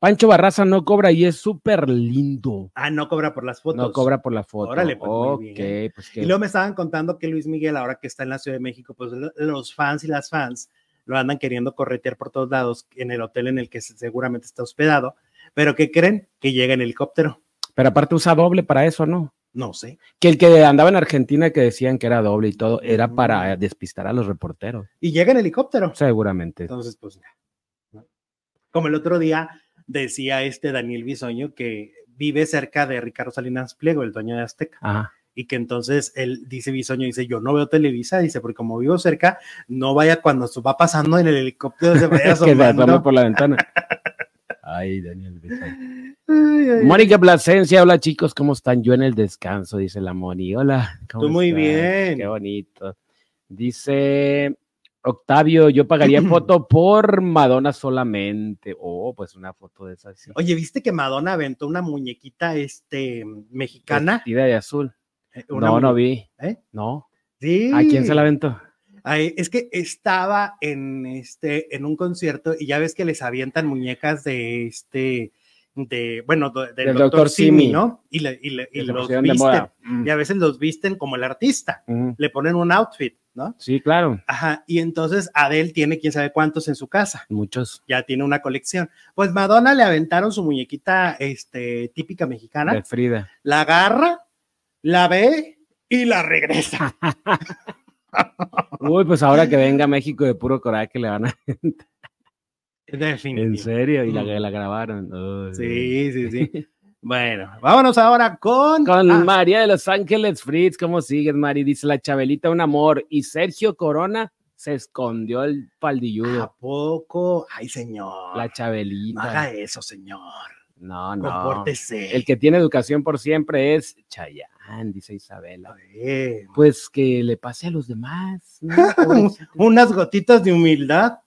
Pancho Barraza no cobra y es súper lindo. sí. Ah, no cobra por las fotos. No cobra por la foto. Órale, pues, muy ok, bien. pues que- Y luego me estaban contando que Luis Miguel, ahora que está en la Ciudad de México, pues lo- los fans y las fans lo andan queriendo corretear por todos lados en el hotel en el que se- seguramente está hospedado. Pero ¿qué creen? Que llega en helicóptero. Pero aparte usa doble para eso, ¿no? No sé. Que el que andaba en Argentina que decían que era doble y todo, era Mm. para despistar a los reporteros, Y llega en helicóptero. seguramente. Entonces, pues ya. ¿no? Como el otro día decía este Daniel Bisoño que vive cerca de Ricardo Salinas Pliego, el dueño de Azteca. Ajá. y que entonces él dice Bisoño, dice yo no veo Televisa, dice porque como vivo cerca, no vaya cuando se va pasando en el helicóptero se vaya que se asoma asomando. por la ventana. Ay, Daniel. Bisoño. Ay, ay, ay. Mónica Plasencia, hola chicos, ¿cómo están? Yo en el descanso, dice la Moni. Hola. ¿cómo Tú muy están? bien. Qué bonito. Dice Octavio, yo pagaría foto por Madonna solamente. Oh, pues una foto de esa. Sí. Oye, ¿viste que Madonna aventó una muñequita este, mexicana? Vestida de azul. Eh, una Este, no, mu- no vi. ¿Eh? No. Sí. ¿A quién se la aventó? Ay, es que estaba en este en un concierto y ya ves que les avientan muñecas de este de bueno do- del Del doctor, Dr. Simi, Simi. ¿no? Y, le- y le- y Que se los pusieron de visten moda. Mm. y a veces los visten como el artista, Mm. le ponen un outfit, ¿no? Sí, claro. Ajá, y entonces Adele tiene quién sabe cuántos en su casa, Muchos. ya tiene una colección. Pues Madonna le aventaron su muñequita este típica mexicana, De Frida. la agarra, la ve y la regresa. Uy, pues ahora que venga a México de puro coraje le van a. En Definitivamente. serio, y la, Mm. la grabaron. Ay. Sí, sí, sí. Bueno, vámonos ahora con. Con Ah, María de Los Ángeles Fritz, ¿cómo sigues, Mari? Dice la Chabelita, un amor. Y Sergio Corona se escondió el paldilludo. ¿A poco? Ay, señor. la no Chabelita. haga eso, señor. No, no. Compórtese. El que tiene educación por siempre es Chayán, dice Isabela. A ver, Pues que le pase a los demás. ¿no? Pobrecito. Unas gotitas de humildad.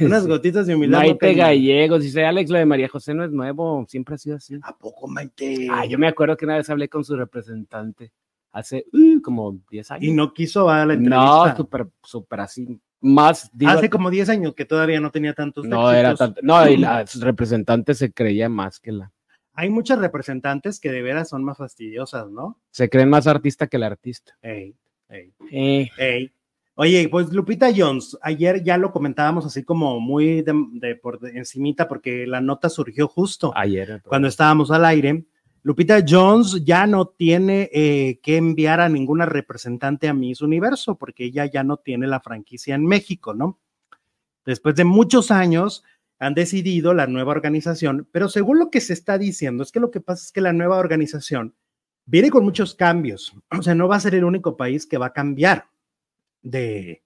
Unas Sí. gotitas de humildad. no Maite caen mal. Gallegos, dice Alex, lo de María José no es nuevo, siempre ha sido así. ¿A poco, Maite? Ah, yo me acuerdo que una vez hablé con su representante hace uh, como 10 Y años. no quiso a la entrevista. No, súper, súper así. Más, digo, Hace como 10 años que todavía no tenía tantos no era éxitos. tanto. No, y la su representante se creía más que la. Hay muchas representantes que de veras son más fastidiosas, ¿no? Se creen más artista que el artista. Ey, ey. Eh, Ey. Oye, pues Lupita Jones, ayer ya lo comentábamos así como muy de, de por de- encimita porque la nota surgió justo ayer. cuando estábamos al aire. Lupita Jones ya no tiene eh, que enviar a ninguna representante a Miss Universo porque ella ya no tiene la franquicia en México, ¿no? Después de muchos años han decidido la nueva organización, pero según lo que se está diciendo es que lo que pasa es que la nueva organización viene con muchos cambios, o sea, no va a ser el único país que va a cambiar de,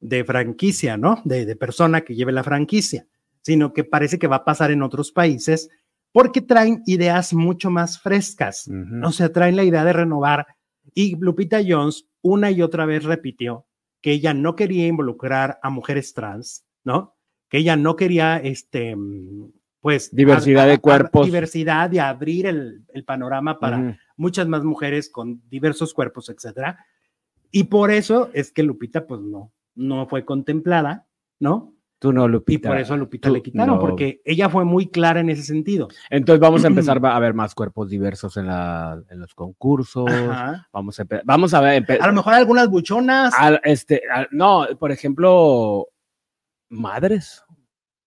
de franquicia, ¿no? De, de persona que lleve la franquicia, sino que parece que va a pasar en otros países porque traen ideas mucho más frescas. Ujú. O sea, traen la idea de renovar. Y Lupita Jones una y otra vez repitió que ella no quería involucrar a mujeres trans, ¿no? Que ella no quería, este, mm, pues... Diversidad de ab- ab- cuerpos. Diversidad y abrir el, el panorama para Ujú. muchas más mujeres con diversos cuerpos, etcétera. Y por eso es que Lupita, pues no, no fue contemplada, ¿no? Tú no, Y Lupita. por eso a Lupita tú- le quitaron, no. porque ella fue muy clara en ese sentido. Entonces vamos a empezar a ver más cuerpos diversos en, la, en los concursos. Ajá. Vamos a, empe- vamos a ver. empe- A lo mejor algunas buchonas. al- este, al- no, por ejemplo, madres.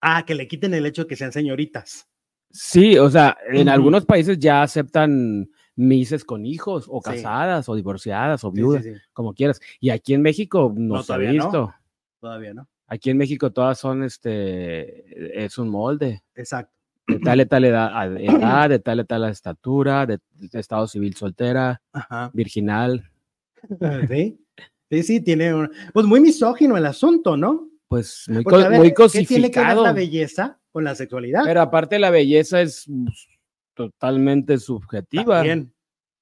Ah, que le quiten el hecho de que sean señoritas. Sí, o sea, en Ujú. algunos países ya aceptan mises con hijos, o Sí. casadas, o divorciadas, o Sí, viudas, sí, sí, como quieras. Y aquí en México no, No, se ha todavía no. visto. Todavía, ¿no? Aquí en México todas son, este, es un molde. Exacto. De tal y tal edad, a- edad, de tal y tal estatura, de, de estado civil soltera, Ajá. virginal. Sí. Sí, sí, tiene un- Pues muy misógino el asunto, ¿no? Pues muy, Porque, co- a ver, muy ¿Qué tiene que ver cosificado. la belleza con la sexualidad? Pero aparte la belleza es mm, totalmente subjetiva. También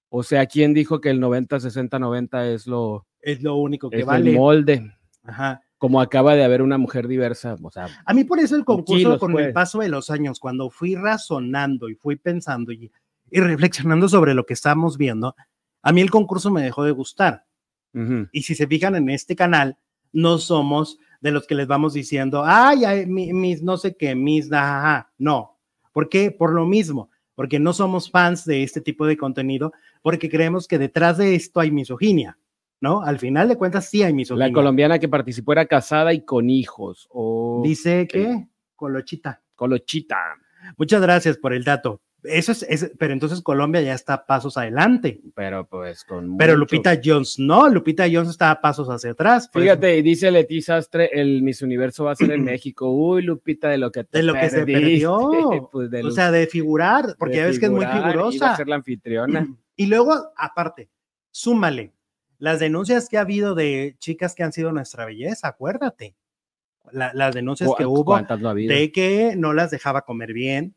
O sea, ¿quién dijo que el 90, 60, 90 es lo es lo único que es vale. el molde? Ajá. Como acaba de haber una mujer diversa, o sea, A mí por eso el concurso Kilos, con el pues. paso de los años, cuando fui razonando y fui pensando y, y reflexionando sobre lo que estamos viendo, a mí el concurso me dejó de gustar. ujú, Y si se fijan en este canal, no somos de los que les vamos diciendo, ay, ay, mi- mis no sé qué, mis, ajá, no. ¿Por qué? Por lo mismo, porque no somos fans de este tipo de contenido, porque creemos que detrás de esto hay misoginia, ¿no? Al final de cuentas sí hay la misoginia. colombiana que participó era casada y con hijos, o Dice que Colochita. colochita, Muchas gracias por el dato. Eso es, es- pero entonces Colombia ya está a pasos adelante. pero pues con Pero mucho- Lupita Jones no, Lupita Jones está a pasos hacia atrás. por eso- Fíjate, y dice Leti Sastre, el Miss Universo va a ser en México. Uy, Lupita, de lo que te De lo que se perdiste, perdió. pues, de o lu- sea, de figurar, porque de ya ves que es muy figurar, Iba a figurosa. ser la anfitriona. Y luego, aparte, súmale las denuncias que ha habido de chicas que han sido nuestra belleza, acuérdate. La- las denuncias que ¿Cuán- hubo ¿Cuántas no ha habido? de que no las dejaba comer bien,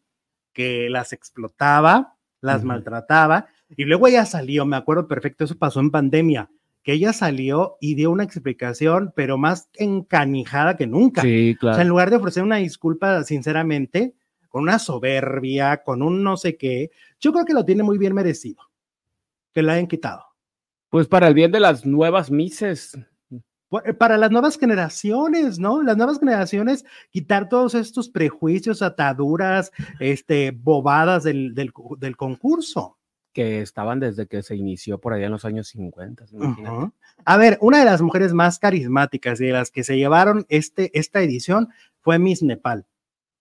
que las explotaba, las Ujú. maltrataba, y luego ella salió, me acuerdo perfecto, eso pasó en pandemia, que ella salió y dio una explicación, pero más encanijada que nunca. Sí, O sea, en claro. lugar de ofrecer una disculpa, sinceramente, con una soberbia, con un no sé qué, yo creo que lo tiene muy bien merecido. Que la hayan quitado. Pues para el bien de las nuevas mises. Pu- eh, Para las nuevas generaciones, ¿no? Las nuevas generaciones, quitar todos estos prejuicios, ataduras, este, bobadas del, del, cu- del concurso. que estaban desde que se inició por allá en los años 50. imagínate. Ujú. A ver, una de las mujeres más carismáticas y de las que se llevaron este, esta edición fue Miss Nepal,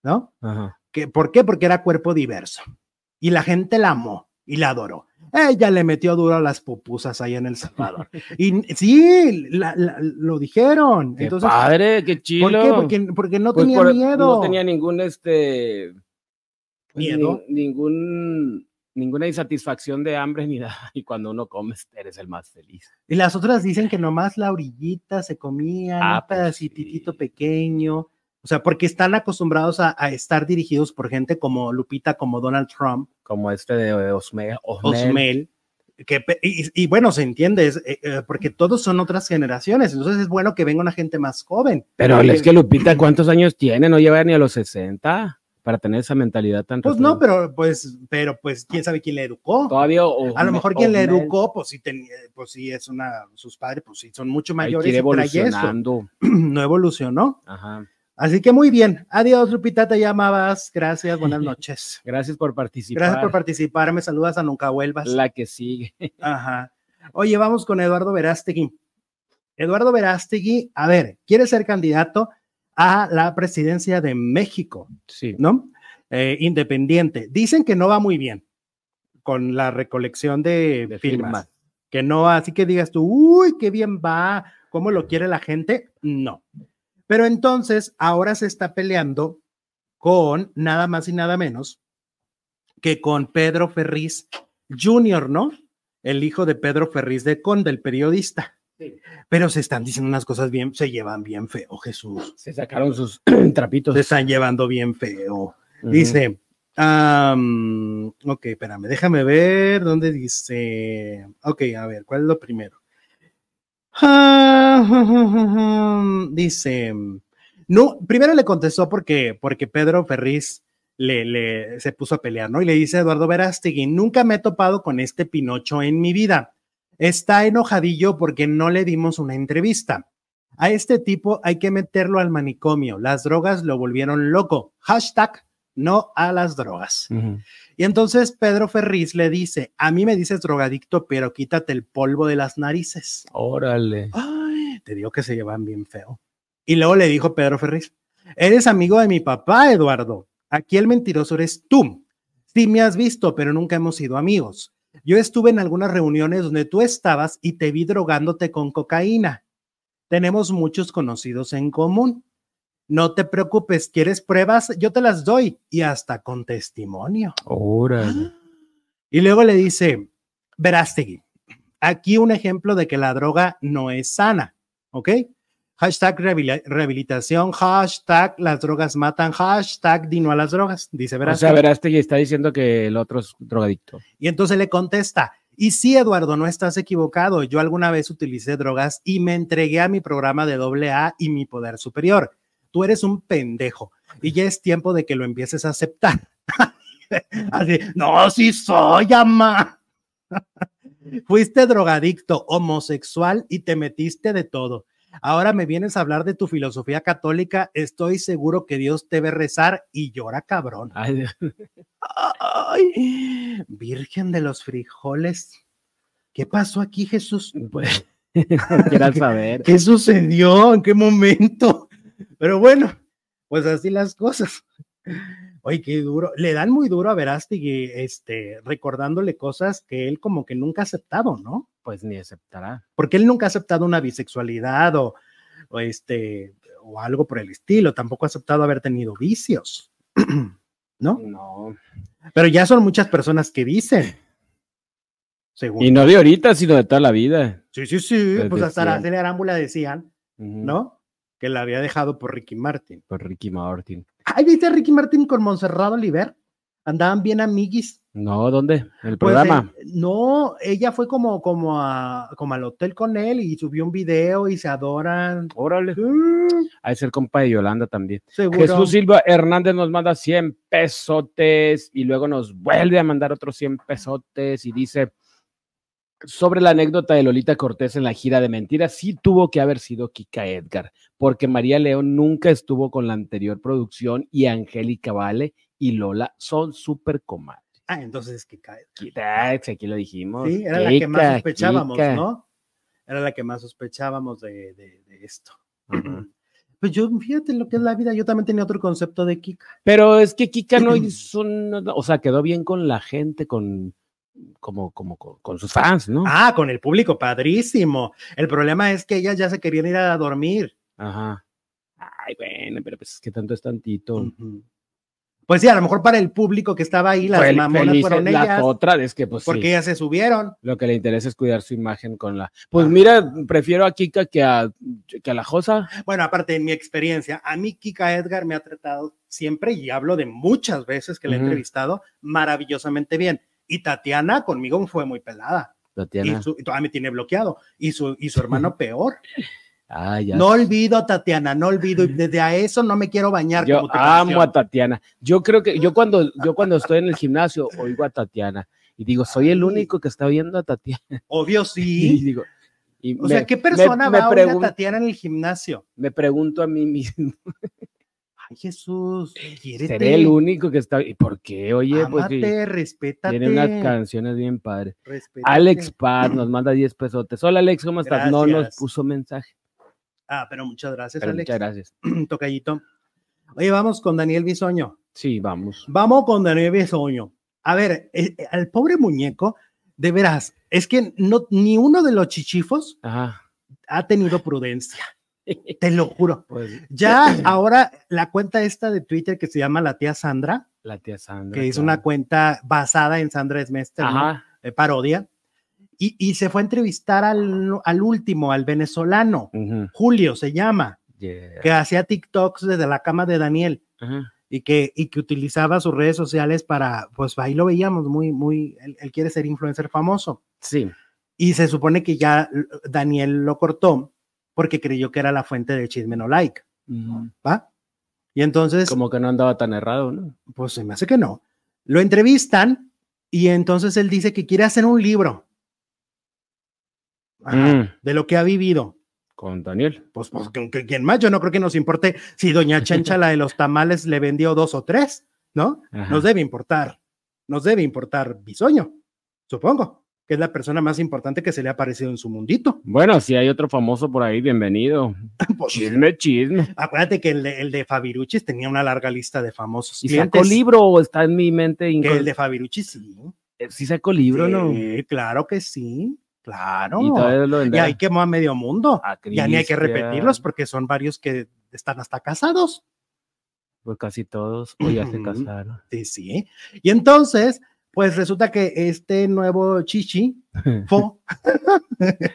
¿no? Ajá. que- ¿Por qué? Porque era cuerpo diverso. Y la gente la amó y la adoró. Ella le metió duro a las pupusas allá en El Salvador. Y n- sí, la- la- lo dijeron. Qué Entonces, padre, qué chido. ¿por qué? Porque, porque no Pues tenía por- miedo. No tenía ningún este pues, Miedo. ni- ningún ninguna insatisfacción de hambre ni nada. Y cuando uno come, eres el más feliz. Y las otras dicen que nomás la orillita se comía, Ah, un pues pedacitito sí. pequeño. O sea, porque están acostumbrados a, a estar dirigidos por gente como Lupita, como Donald Trump, Como este de Osme, Osmel. Osmel. Que, pe- y, y- y bueno, se entiende, es, eh, eh, porque todos son otras generaciones, entonces es bueno que venga una gente más joven. Pero Porque- es que Lupita, ¿cuántos años tiene? No lleva ni a los 60 para tener esa mentalidad tan Pues no, retrograda. pero pues, pero pues, quién sabe quién le educó. Todavía A lo Osme- mejor quien le Osmel educó, pues sí, tenía, pues sí, es una, sus padres, pues sí, son mucho hay que ir mayores y trae eso. evolucionando. No evolucionó. Ajá. Así que muy bien. Adiós, Lupita, te llamabas. Gracias, buenas noches. Gracias por participar. Gracias por participar. Me saludas a Nunca Vuelvas. La que sigue. Ajá. Oye, vamos con Eduardo Verástegui. Eduardo Verástegui, a ver, quiere ser candidato a la presidencia de México. Sí. ¿no? Eh, independiente. Dicen que no va muy bien con la recolección de, De firmas. firmas. Que no, así que digas tú, uy, qué bien va, cómo lo quiere la gente. No. Pero entonces ahora se está peleando con nada más y nada menos que con Pedro Ferriz Jr., ¿no? El hijo de Pedro Ferriz de Conde, el periodista. Sí. Pero se están diciendo unas cosas bien, se llevan bien feo, Jesús. Se sacaron sus trapitos. Se están llevando bien feo. Ujú. Dice, am, ok, espérame, déjame ver dónde dice. Ok, a ver, ¿cuál es lo primero? Ah, dice, no, primero le contestó porque, porque Pedro Ferriz le, le- se puso a pelear, ¿no? Y le dice a Eduardo Verástegui, nunca me he topado con este Pinocho en mi vida. Está enojadillo porque no le dimos una entrevista. A este tipo hay que meterlo al manicomio. Las drogas lo volvieron loco. Hashtag no a las drogas. Ujú. Y entonces Pedro Ferriz le dice, a mí me dices drogadicto, pero quítate el polvo de las narices. Órale. Ay, te digo que se llevan bien feo. Y luego le dijo Pedro Ferriz, eres amigo de mi papá, Eduardo. Aquí el mentiroso eres tú. Sí me has visto, pero nunca hemos sido amigos. Yo estuve en algunas reuniones donde tú estabas y te vi drogándote con cocaína. Tenemos muchos conocidos en común. No te preocupes, ¿quieres pruebas? Yo te las doy y hasta con testimonio. Órale. Y luego le dice, Verástegui, aquí un ejemplo de que la droga no es sana, ¿ok? Hashtag rehabili- rehabilitación, hashtag las drogas matan, hashtag di no a las drogas, dice O Verástegui. sea, Verástegui está diciendo que el otro es drogadicto. Y entonces le contesta, y sí, Eduardo, no estás equivocado. Yo alguna vez utilicé drogas y me entregué a mi programa de doble A y mi poder superior. Tú eres un pendejo y ya es tiempo de que lo empieces a aceptar. Así, no, sí soy, ama. Fuiste drogadicto, homosexual y te metiste de todo. Ahora me vienes a hablar de tu filosofía católica. Estoy seguro que Dios te ve rezar y llora, cabrón. Ay, Dios. Ay, Virgen de los frijoles. ¿Qué pasó aquí, Jesús? pues, no quieran saber. ¿Qué sucedió? ¿En qué momento? Pero bueno, pues así las cosas. Oye, qué duro. Le dan muy duro a Verástegui, este, recordándole cosas que él como que nunca ha aceptado, ¿no? Pues ni aceptará. Porque él nunca ha aceptado una bisexualidad o, o este, o algo por el estilo. Tampoco ha aceptado haber tenido vicios, ¿no? No. Pero ya son muchas personas que dicen. Según. Y no de ahorita, sino de toda la vida. Sí, sí, sí. Pues Pues hasta decían. Araceli Arámbula decían, Ujú. ¿no? Que la había dejado por Ricky Martin. Por Ricky Martin. Ay, ¿viste a Ricky Martin con Monserrat Oliver? Andaban bien amiguis. No, ¿dónde? El Pues, programa. eh, no, ella fue como, como, a, como al hotel con él y subió un video y se adoran. Órale. Mm, Ha de ser compa de Yolanda también. seguro. Jesús Silva Hernández nos manda 100 pesotes y luego nos vuelve a mandar otros 100 pesotes y dice sobre la anécdota de Lolita Cortés en la gira de mentiras, sí tuvo que haber sido Kika Edgar, porque María León nunca estuvo con la anterior producción y Angélica Vale y Lola son súper comadres. Ah, entonces es que cae. Quita, Aquí lo dijimos. Sí, era la que más Kika, sospechábamos, Kika. ¿no? Era la que más sospechábamos de, de- de esto. Ujú. Pues yo, fíjate lo que es la vida, yo también tenía otro concepto de Kika. Pero es que Kika no hizo nada, o sea, quedó bien con la gente, con como, como con, con sus fans, ¿no? Ah, con el público, padrísimo. El problema es que ellas ya se querían ir a dormir. Ajá. Ay, bueno, pero pues es que tanto es tantito. Ujú. Pues sí, a lo mejor para el público que estaba ahí, las Fel- mamonas felices fueron las ellas, otras, es que pues sí, porque ellas se subieron. lo que le interesa es cuidar su imagen con la. Ah. Pues mira, prefiero a Kika que a, que a la Josa. Bueno, aparte de mi experiencia, a mí Kika Edgar me ha tratado siempre y hablo de muchas veces que la he Ujú. entrevistado maravillosamente bien. Y Tatiana conmigo fue muy pelada. Tatiana. Y su, y todavía me tiene bloqueado. Y su, y su hermano peor. Ah, ya. No olvido, Tatiana, no olvido. Y desde a eso no me quiero bañar. yo como amo tu a canción. Tatiana. Yo creo que yo cuando yo cuando estoy en el gimnasio oigo a Tatiana y digo, soy el único que está oyendo a Tatiana. Obvio, Y sí. digo, y O me- sea, ¿qué persona me, va a me, oír a pregun- Tatiana en el gimnasio? me pregunto a mí mismo, Ay, Jesús, quiérete. ¿seré el único que está? ¿Y por qué? Oye, pues sí, Ámate, respétate. tiene unas canciones bien padres. respétate. Alex Paz nos manda 10 pesotes. Hola Alex, ¿cómo estás? No nos Gracias. puso mensaje. Ah, pero muchas gracias, pero Alex. muchas gracias. tocallito. Oye, vamos con Daniel Bisoño. Sí, vamos. Vamos con Daniel Bisoño. A ver, eh, eh, al pobre muñeco, de veras, es que no, ni uno de los chichifos Ajá. ha tenido prudencia. Te lo juro. Pues Ya ahora la cuenta esta de Twitter que se llama la tía Sandra, la tía Sandra. que es Ah, claro. una cuenta basada en Sandra Smester, ¿no? Ajá. Eh, parodia, y, y se fue a entrevistar al, al último, al venezolano, Ujú. Julio se llama, Yeah. que hacía TikToks desde la cama de Daniel. Ajá. y que, y que utilizaba sus redes sociales para, pues ahí lo veíamos, muy, muy, él, él quiere ser influencer famoso. Sí. Y se supone que ya eh, Daniel lo cortó porque creyó que era la fuente de chisme no like, Ujú. ¿va? Y entonces, Como que no andaba tan errado, ¿no? pues se me hace que no. Lo entrevistan y entonces él dice que quiere hacer un libro Ajá, Mm, de lo que ha vivido. Con Daniel. Pues, pues ¿con- con ¿quién más? Yo no creo que nos importe si doña Chancha, la de los tamales, le vendió dos o tres, ¿no? Ajá. nos debe importar, nos debe importar Bisoño, supongo, que es la persona más importante que se le ha aparecido en su mundito. Bueno, si hay otro famoso por ahí, bienvenido. Pues, Chisme, chisme. acuérdate que el de, el de Fabiruchis tenía una larga lista de famosos ¿Y clientes. sacó libro o está en mi mente? Que incon- el de Fabiruchis sí. Eh, Sí sacó libro, ¿no? Y Sí, claro que sí, claro. todavía lo Y, venderá. ahí quemó a medio mundo. A Ya ni hay que Cristian, repetirlos porque son varios que están hasta casados. Pues casi todos. O ya se Ujú. casaron. Sí, Este, sí. Y entonces, pues resulta que este nuevo chichi, Fo,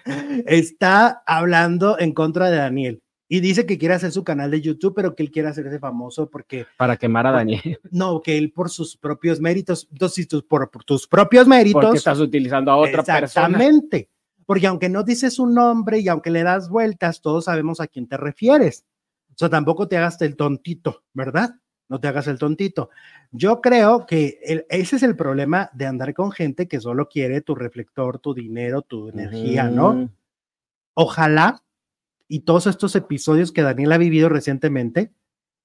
está hablando en contra de Daniel y dice que quiere hacer su canal de YouTube, pero que él quiere hacerse famoso porque Para quemar a Daniel. no, que él por sus propios méritos, entonces si tus- por, por tus propios méritos, Porque estás utilizando a otra persona. exactamente. Porque aunque no dices un nombre y aunque le das vueltas, todos sabemos a quién te refieres. O sea, tampoco te hagas el tontito, ¿verdad? No te hagas el tontito. Yo creo que el- ese es el problema de andar con gente que solo quiere tu reflector, tu dinero, tu energía, ¿no? Ujú. Ojalá y todos estos episodios que Daniel ha vivido recientemente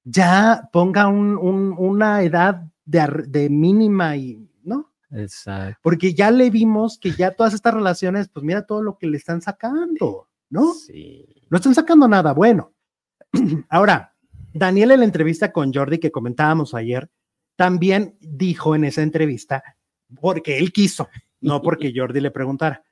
ya ponga un- un- una edad de, ar- de mínima y, ¿no? Exacto. porque ya le vimos que ya todas estas relaciones, pues mira todo lo que le están sacando, ¿no? Sí. No están sacando nada bueno. Ahora, Daniel en la entrevista con Jordi que comentábamos ayer, también dijo en esa entrevista, porque él quiso, no porque Jordi le preguntara,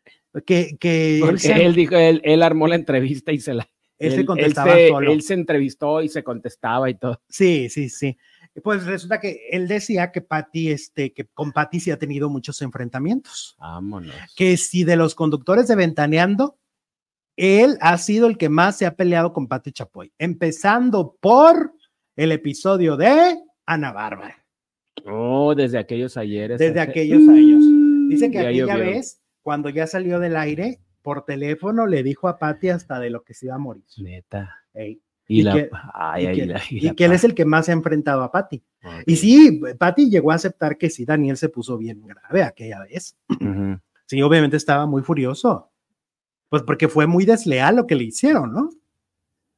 que, que él, Porque se, él dijo, él, él armó la entrevista y se la. él se él- él contestaba se- solo. Él se entrevistó y se contestaba y todo. Sí, sí, sí. Pues resulta que él decía que Patty, este, que con Patty sí ha tenido muchos enfrentamientos. Vámonos. que si de los conductores de Ventaneando, él ha sido el que más se ha peleado con Pati Chapoy, empezando por el episodio de Ana Bárbara. Oh, desde aquellos ayeres. desde Hace- aquellos años. Dice que Ya aquella llovieron. vez, cuando ya salió del aire, por teléfono le dijo a Patty hasta de lo que se iba a morir. Neta. Ey, Y, Y la. que- ay, y ay, que- la- y Y la- que él es el que más se ha enfrentado a Patty. Ok. Y sí, Patty llegó a aceptar que sí, Daniel se puso bien grave aquella vez. Ujú. Sí, obviamente estaba muy furioso. Pues porque fue muy desleal lo que le hicieron, ¿no?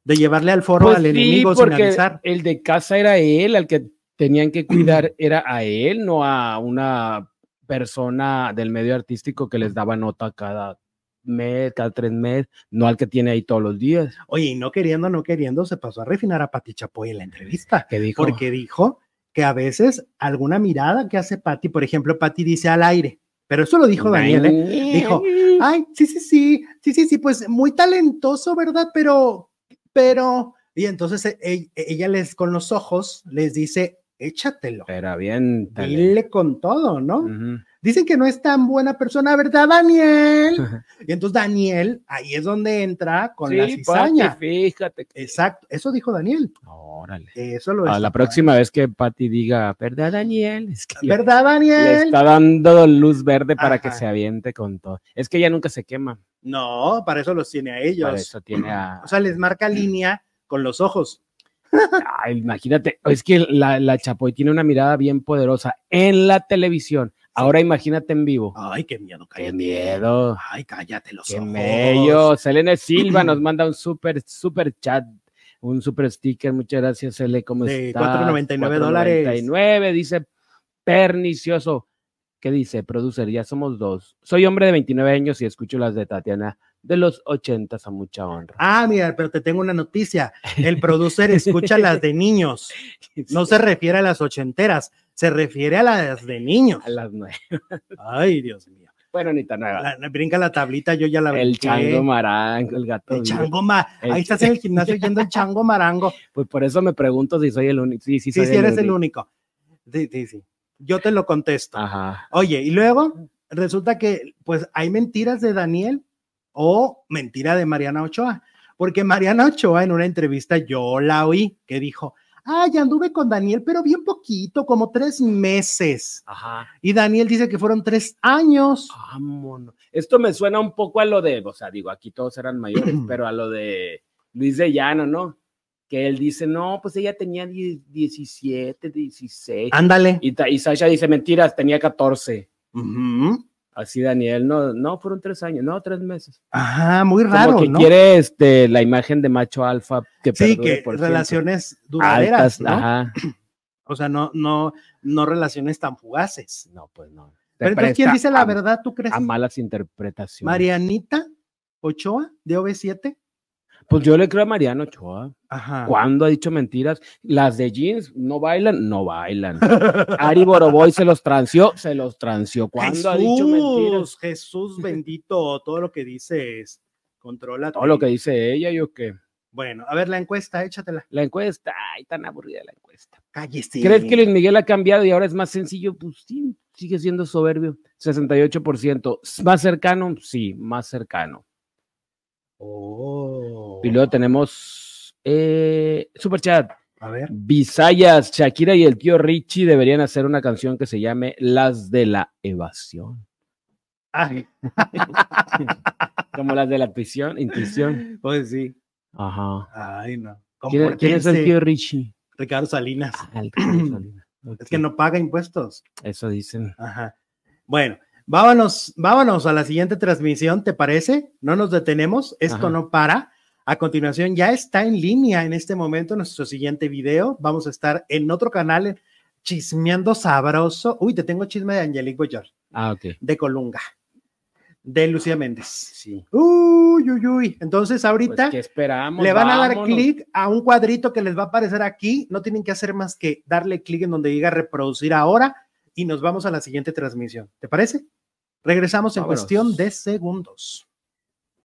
De llevarle al foro Pues al sí, enemigo sin porque avisar. el de casa era él, al que tenían que cuidar era a él, no a una persona del medio artístico que les daba nota cada mes, cada tres meses, no al que tiene ahí todos los días. Oye, y no queriendo, no queriendo, se pasó a refinar a Pati Chapoy en la entrevista, Que dijo, porque dijo que a veces alguna mirada que hace Pati, por ejemplo, Pati dice al aire, pero eso lo dijo Daniel, ¿eh? Dijo, ay, sí, sí, sí, sí, sí, sí, pues muy talentoso, ¿verdad? Pero, pero, y entonces e- e- ella les con los ojos les dice, échatelo, Era bien. dile con todo, ¿no? Ujú. Dicen que no es tan buena persona, ¿verdad, Daniel? Y entonces Daniel, ahí es donde entra con la Sí, cizaña. Pati, fíjate. que- Exacto, eso dijo Daniel. Órale. Eso lo A es- la próxima vez que Pati diga, ¿verdad, Daniel? Es que le- ¿Verdad, le Daniel? está dando luz verde para que Ajá. se aviente con todo. Es que ella nunca se quema. No, para eso los tiene a ellos. Para eso tiene a. O sea, les marca línea con los ojos. Ay, imagínate, es que la, la Chapoy tiene una mirada bien poderosa en la televisión. Ahora imagínate en vivo. Ay, qué miedo, Qué cállate. miedo. Ay, cállate los Qué ojos. mello. Selene Silva nos manda un super, super chat, un super sticker. Muchas gracias, Sele. ¿Cómo De estás? 4.99 dólares. 4.99, dice pernicioso. ¿Qué dice? Producer, ya somos dos. Soy hombre de 29 años y escucho las de Tatiana de los 80 a mucha honra. Ah, mira, pero te tengo una noticia. El producer escucha las de niños. No se refiere a las ochenteras, se refiere a las de niños. A las nueve. Ay, Dios mío. Bueno, ni tan nueva. La- la- brinca la tablita, yo ya la El brinqué. chango marango, el gato. El vivo. chango ma- El- Ahí estás en el gimnasio yendo el chango marango. Pues por eso me pregunto si soy el único. Sí, sí, Sí, soy sí, eres el único. Sí, sí, sí. Yo te lo contesto. Ajá. Oye, y luego resulta que pues hay mentiras de Daniel o mentira de Mariana Ochoa, porque Mariana Ochoa en una entrevista yo la oí que dijo, ay, anduve con Daniel, pero bien poquito, como tres meses. Ajá. Y Daniel dice que fueron tres años. Ah. Vámonos. Esto me suena un poco a lo de, o sea, digo, aquí todos eran mayores, pero a lo de Luis de Llano, ¿no? Que él dice, no, pues ella tenía die- 17, 16. Ándale. Y, Ta- y Sasha dice, mentiras, tenía 14. Ujú. Así Daniel, no, no, fueron tres años, no, tres meses. Ajá, muy Como raro, que ¿no? quiere este, la imagen de macho alfa que sí, perdure que por siempre. relaciones duraderas, altas, ¿no? ajá. O sea, no, no, no relaciones tan fugaces. No, pues no. Te Pero entonces, ¿quién presta dice la a- verdad, tú crees? A malas interpretaciones. Marianita Ochoa de OV7. Pues yo le creo a Mariano Ochoa. Ajá. ¿Cuándo ha dicho mentiras? Las de jeans no bailan, no bailan. Ari Boroboy se los tranció, se los tranció. ¿Cuándo ha dicho Jesús, mentiras? Jesús bendito, todo lo que dices, controla. Todo lo que dice ella, yo qué. Bueno, a ver la encuesta, échatela. La encuesta, ay, tan aburrida la encuesta. Cállese. ¿Crees que Luis Miguel ha cambiado y ahora es más sencillo? Pues sí, sigue siendo soberbio. 68%. ¿Más cercano? Sí, más cercano. Oh. Y luego tenemos eh, Superchat. A ver. Visayas, Shakira y el tío Richie deberían hacer una canción que se llame Las de la Evasión. Ay, Como las de la prisión, intuición. pues sí. Ajá. Ay, no. ¿Quién, quién es el Compórtense, tío Richie? Ricardo Salinas. Ah, el tío Salinas. Es que Ok, no paga impuestos. Eso dicen. Ajá. Bueno, vámonos, vámonos a la siguiente transmisión, ¿te parece? No nos detenemos, esto Ajá. no para. A continuación ya está en línea en este momento nuestro siguiente video. Vamos a estar en otro canal eh, chismeando sabroso. Uy, te tengo chisme de Angelique Boyar, Ah, ok. de Colunga, de Lucía Méndez. Sí. Uy, uy, uy. Entonces ahorita Pues, ¿Qué esperamos? le van a dar Vámonos. clic a un cuadrito que les va a aparecer aquí. No tienen que hacer más que darle clic en donde diga reproducir ahora y nos vamos a la siguiente transmisión. ¿Te parece? Regresamos en Vámonos. cuestión de segundos.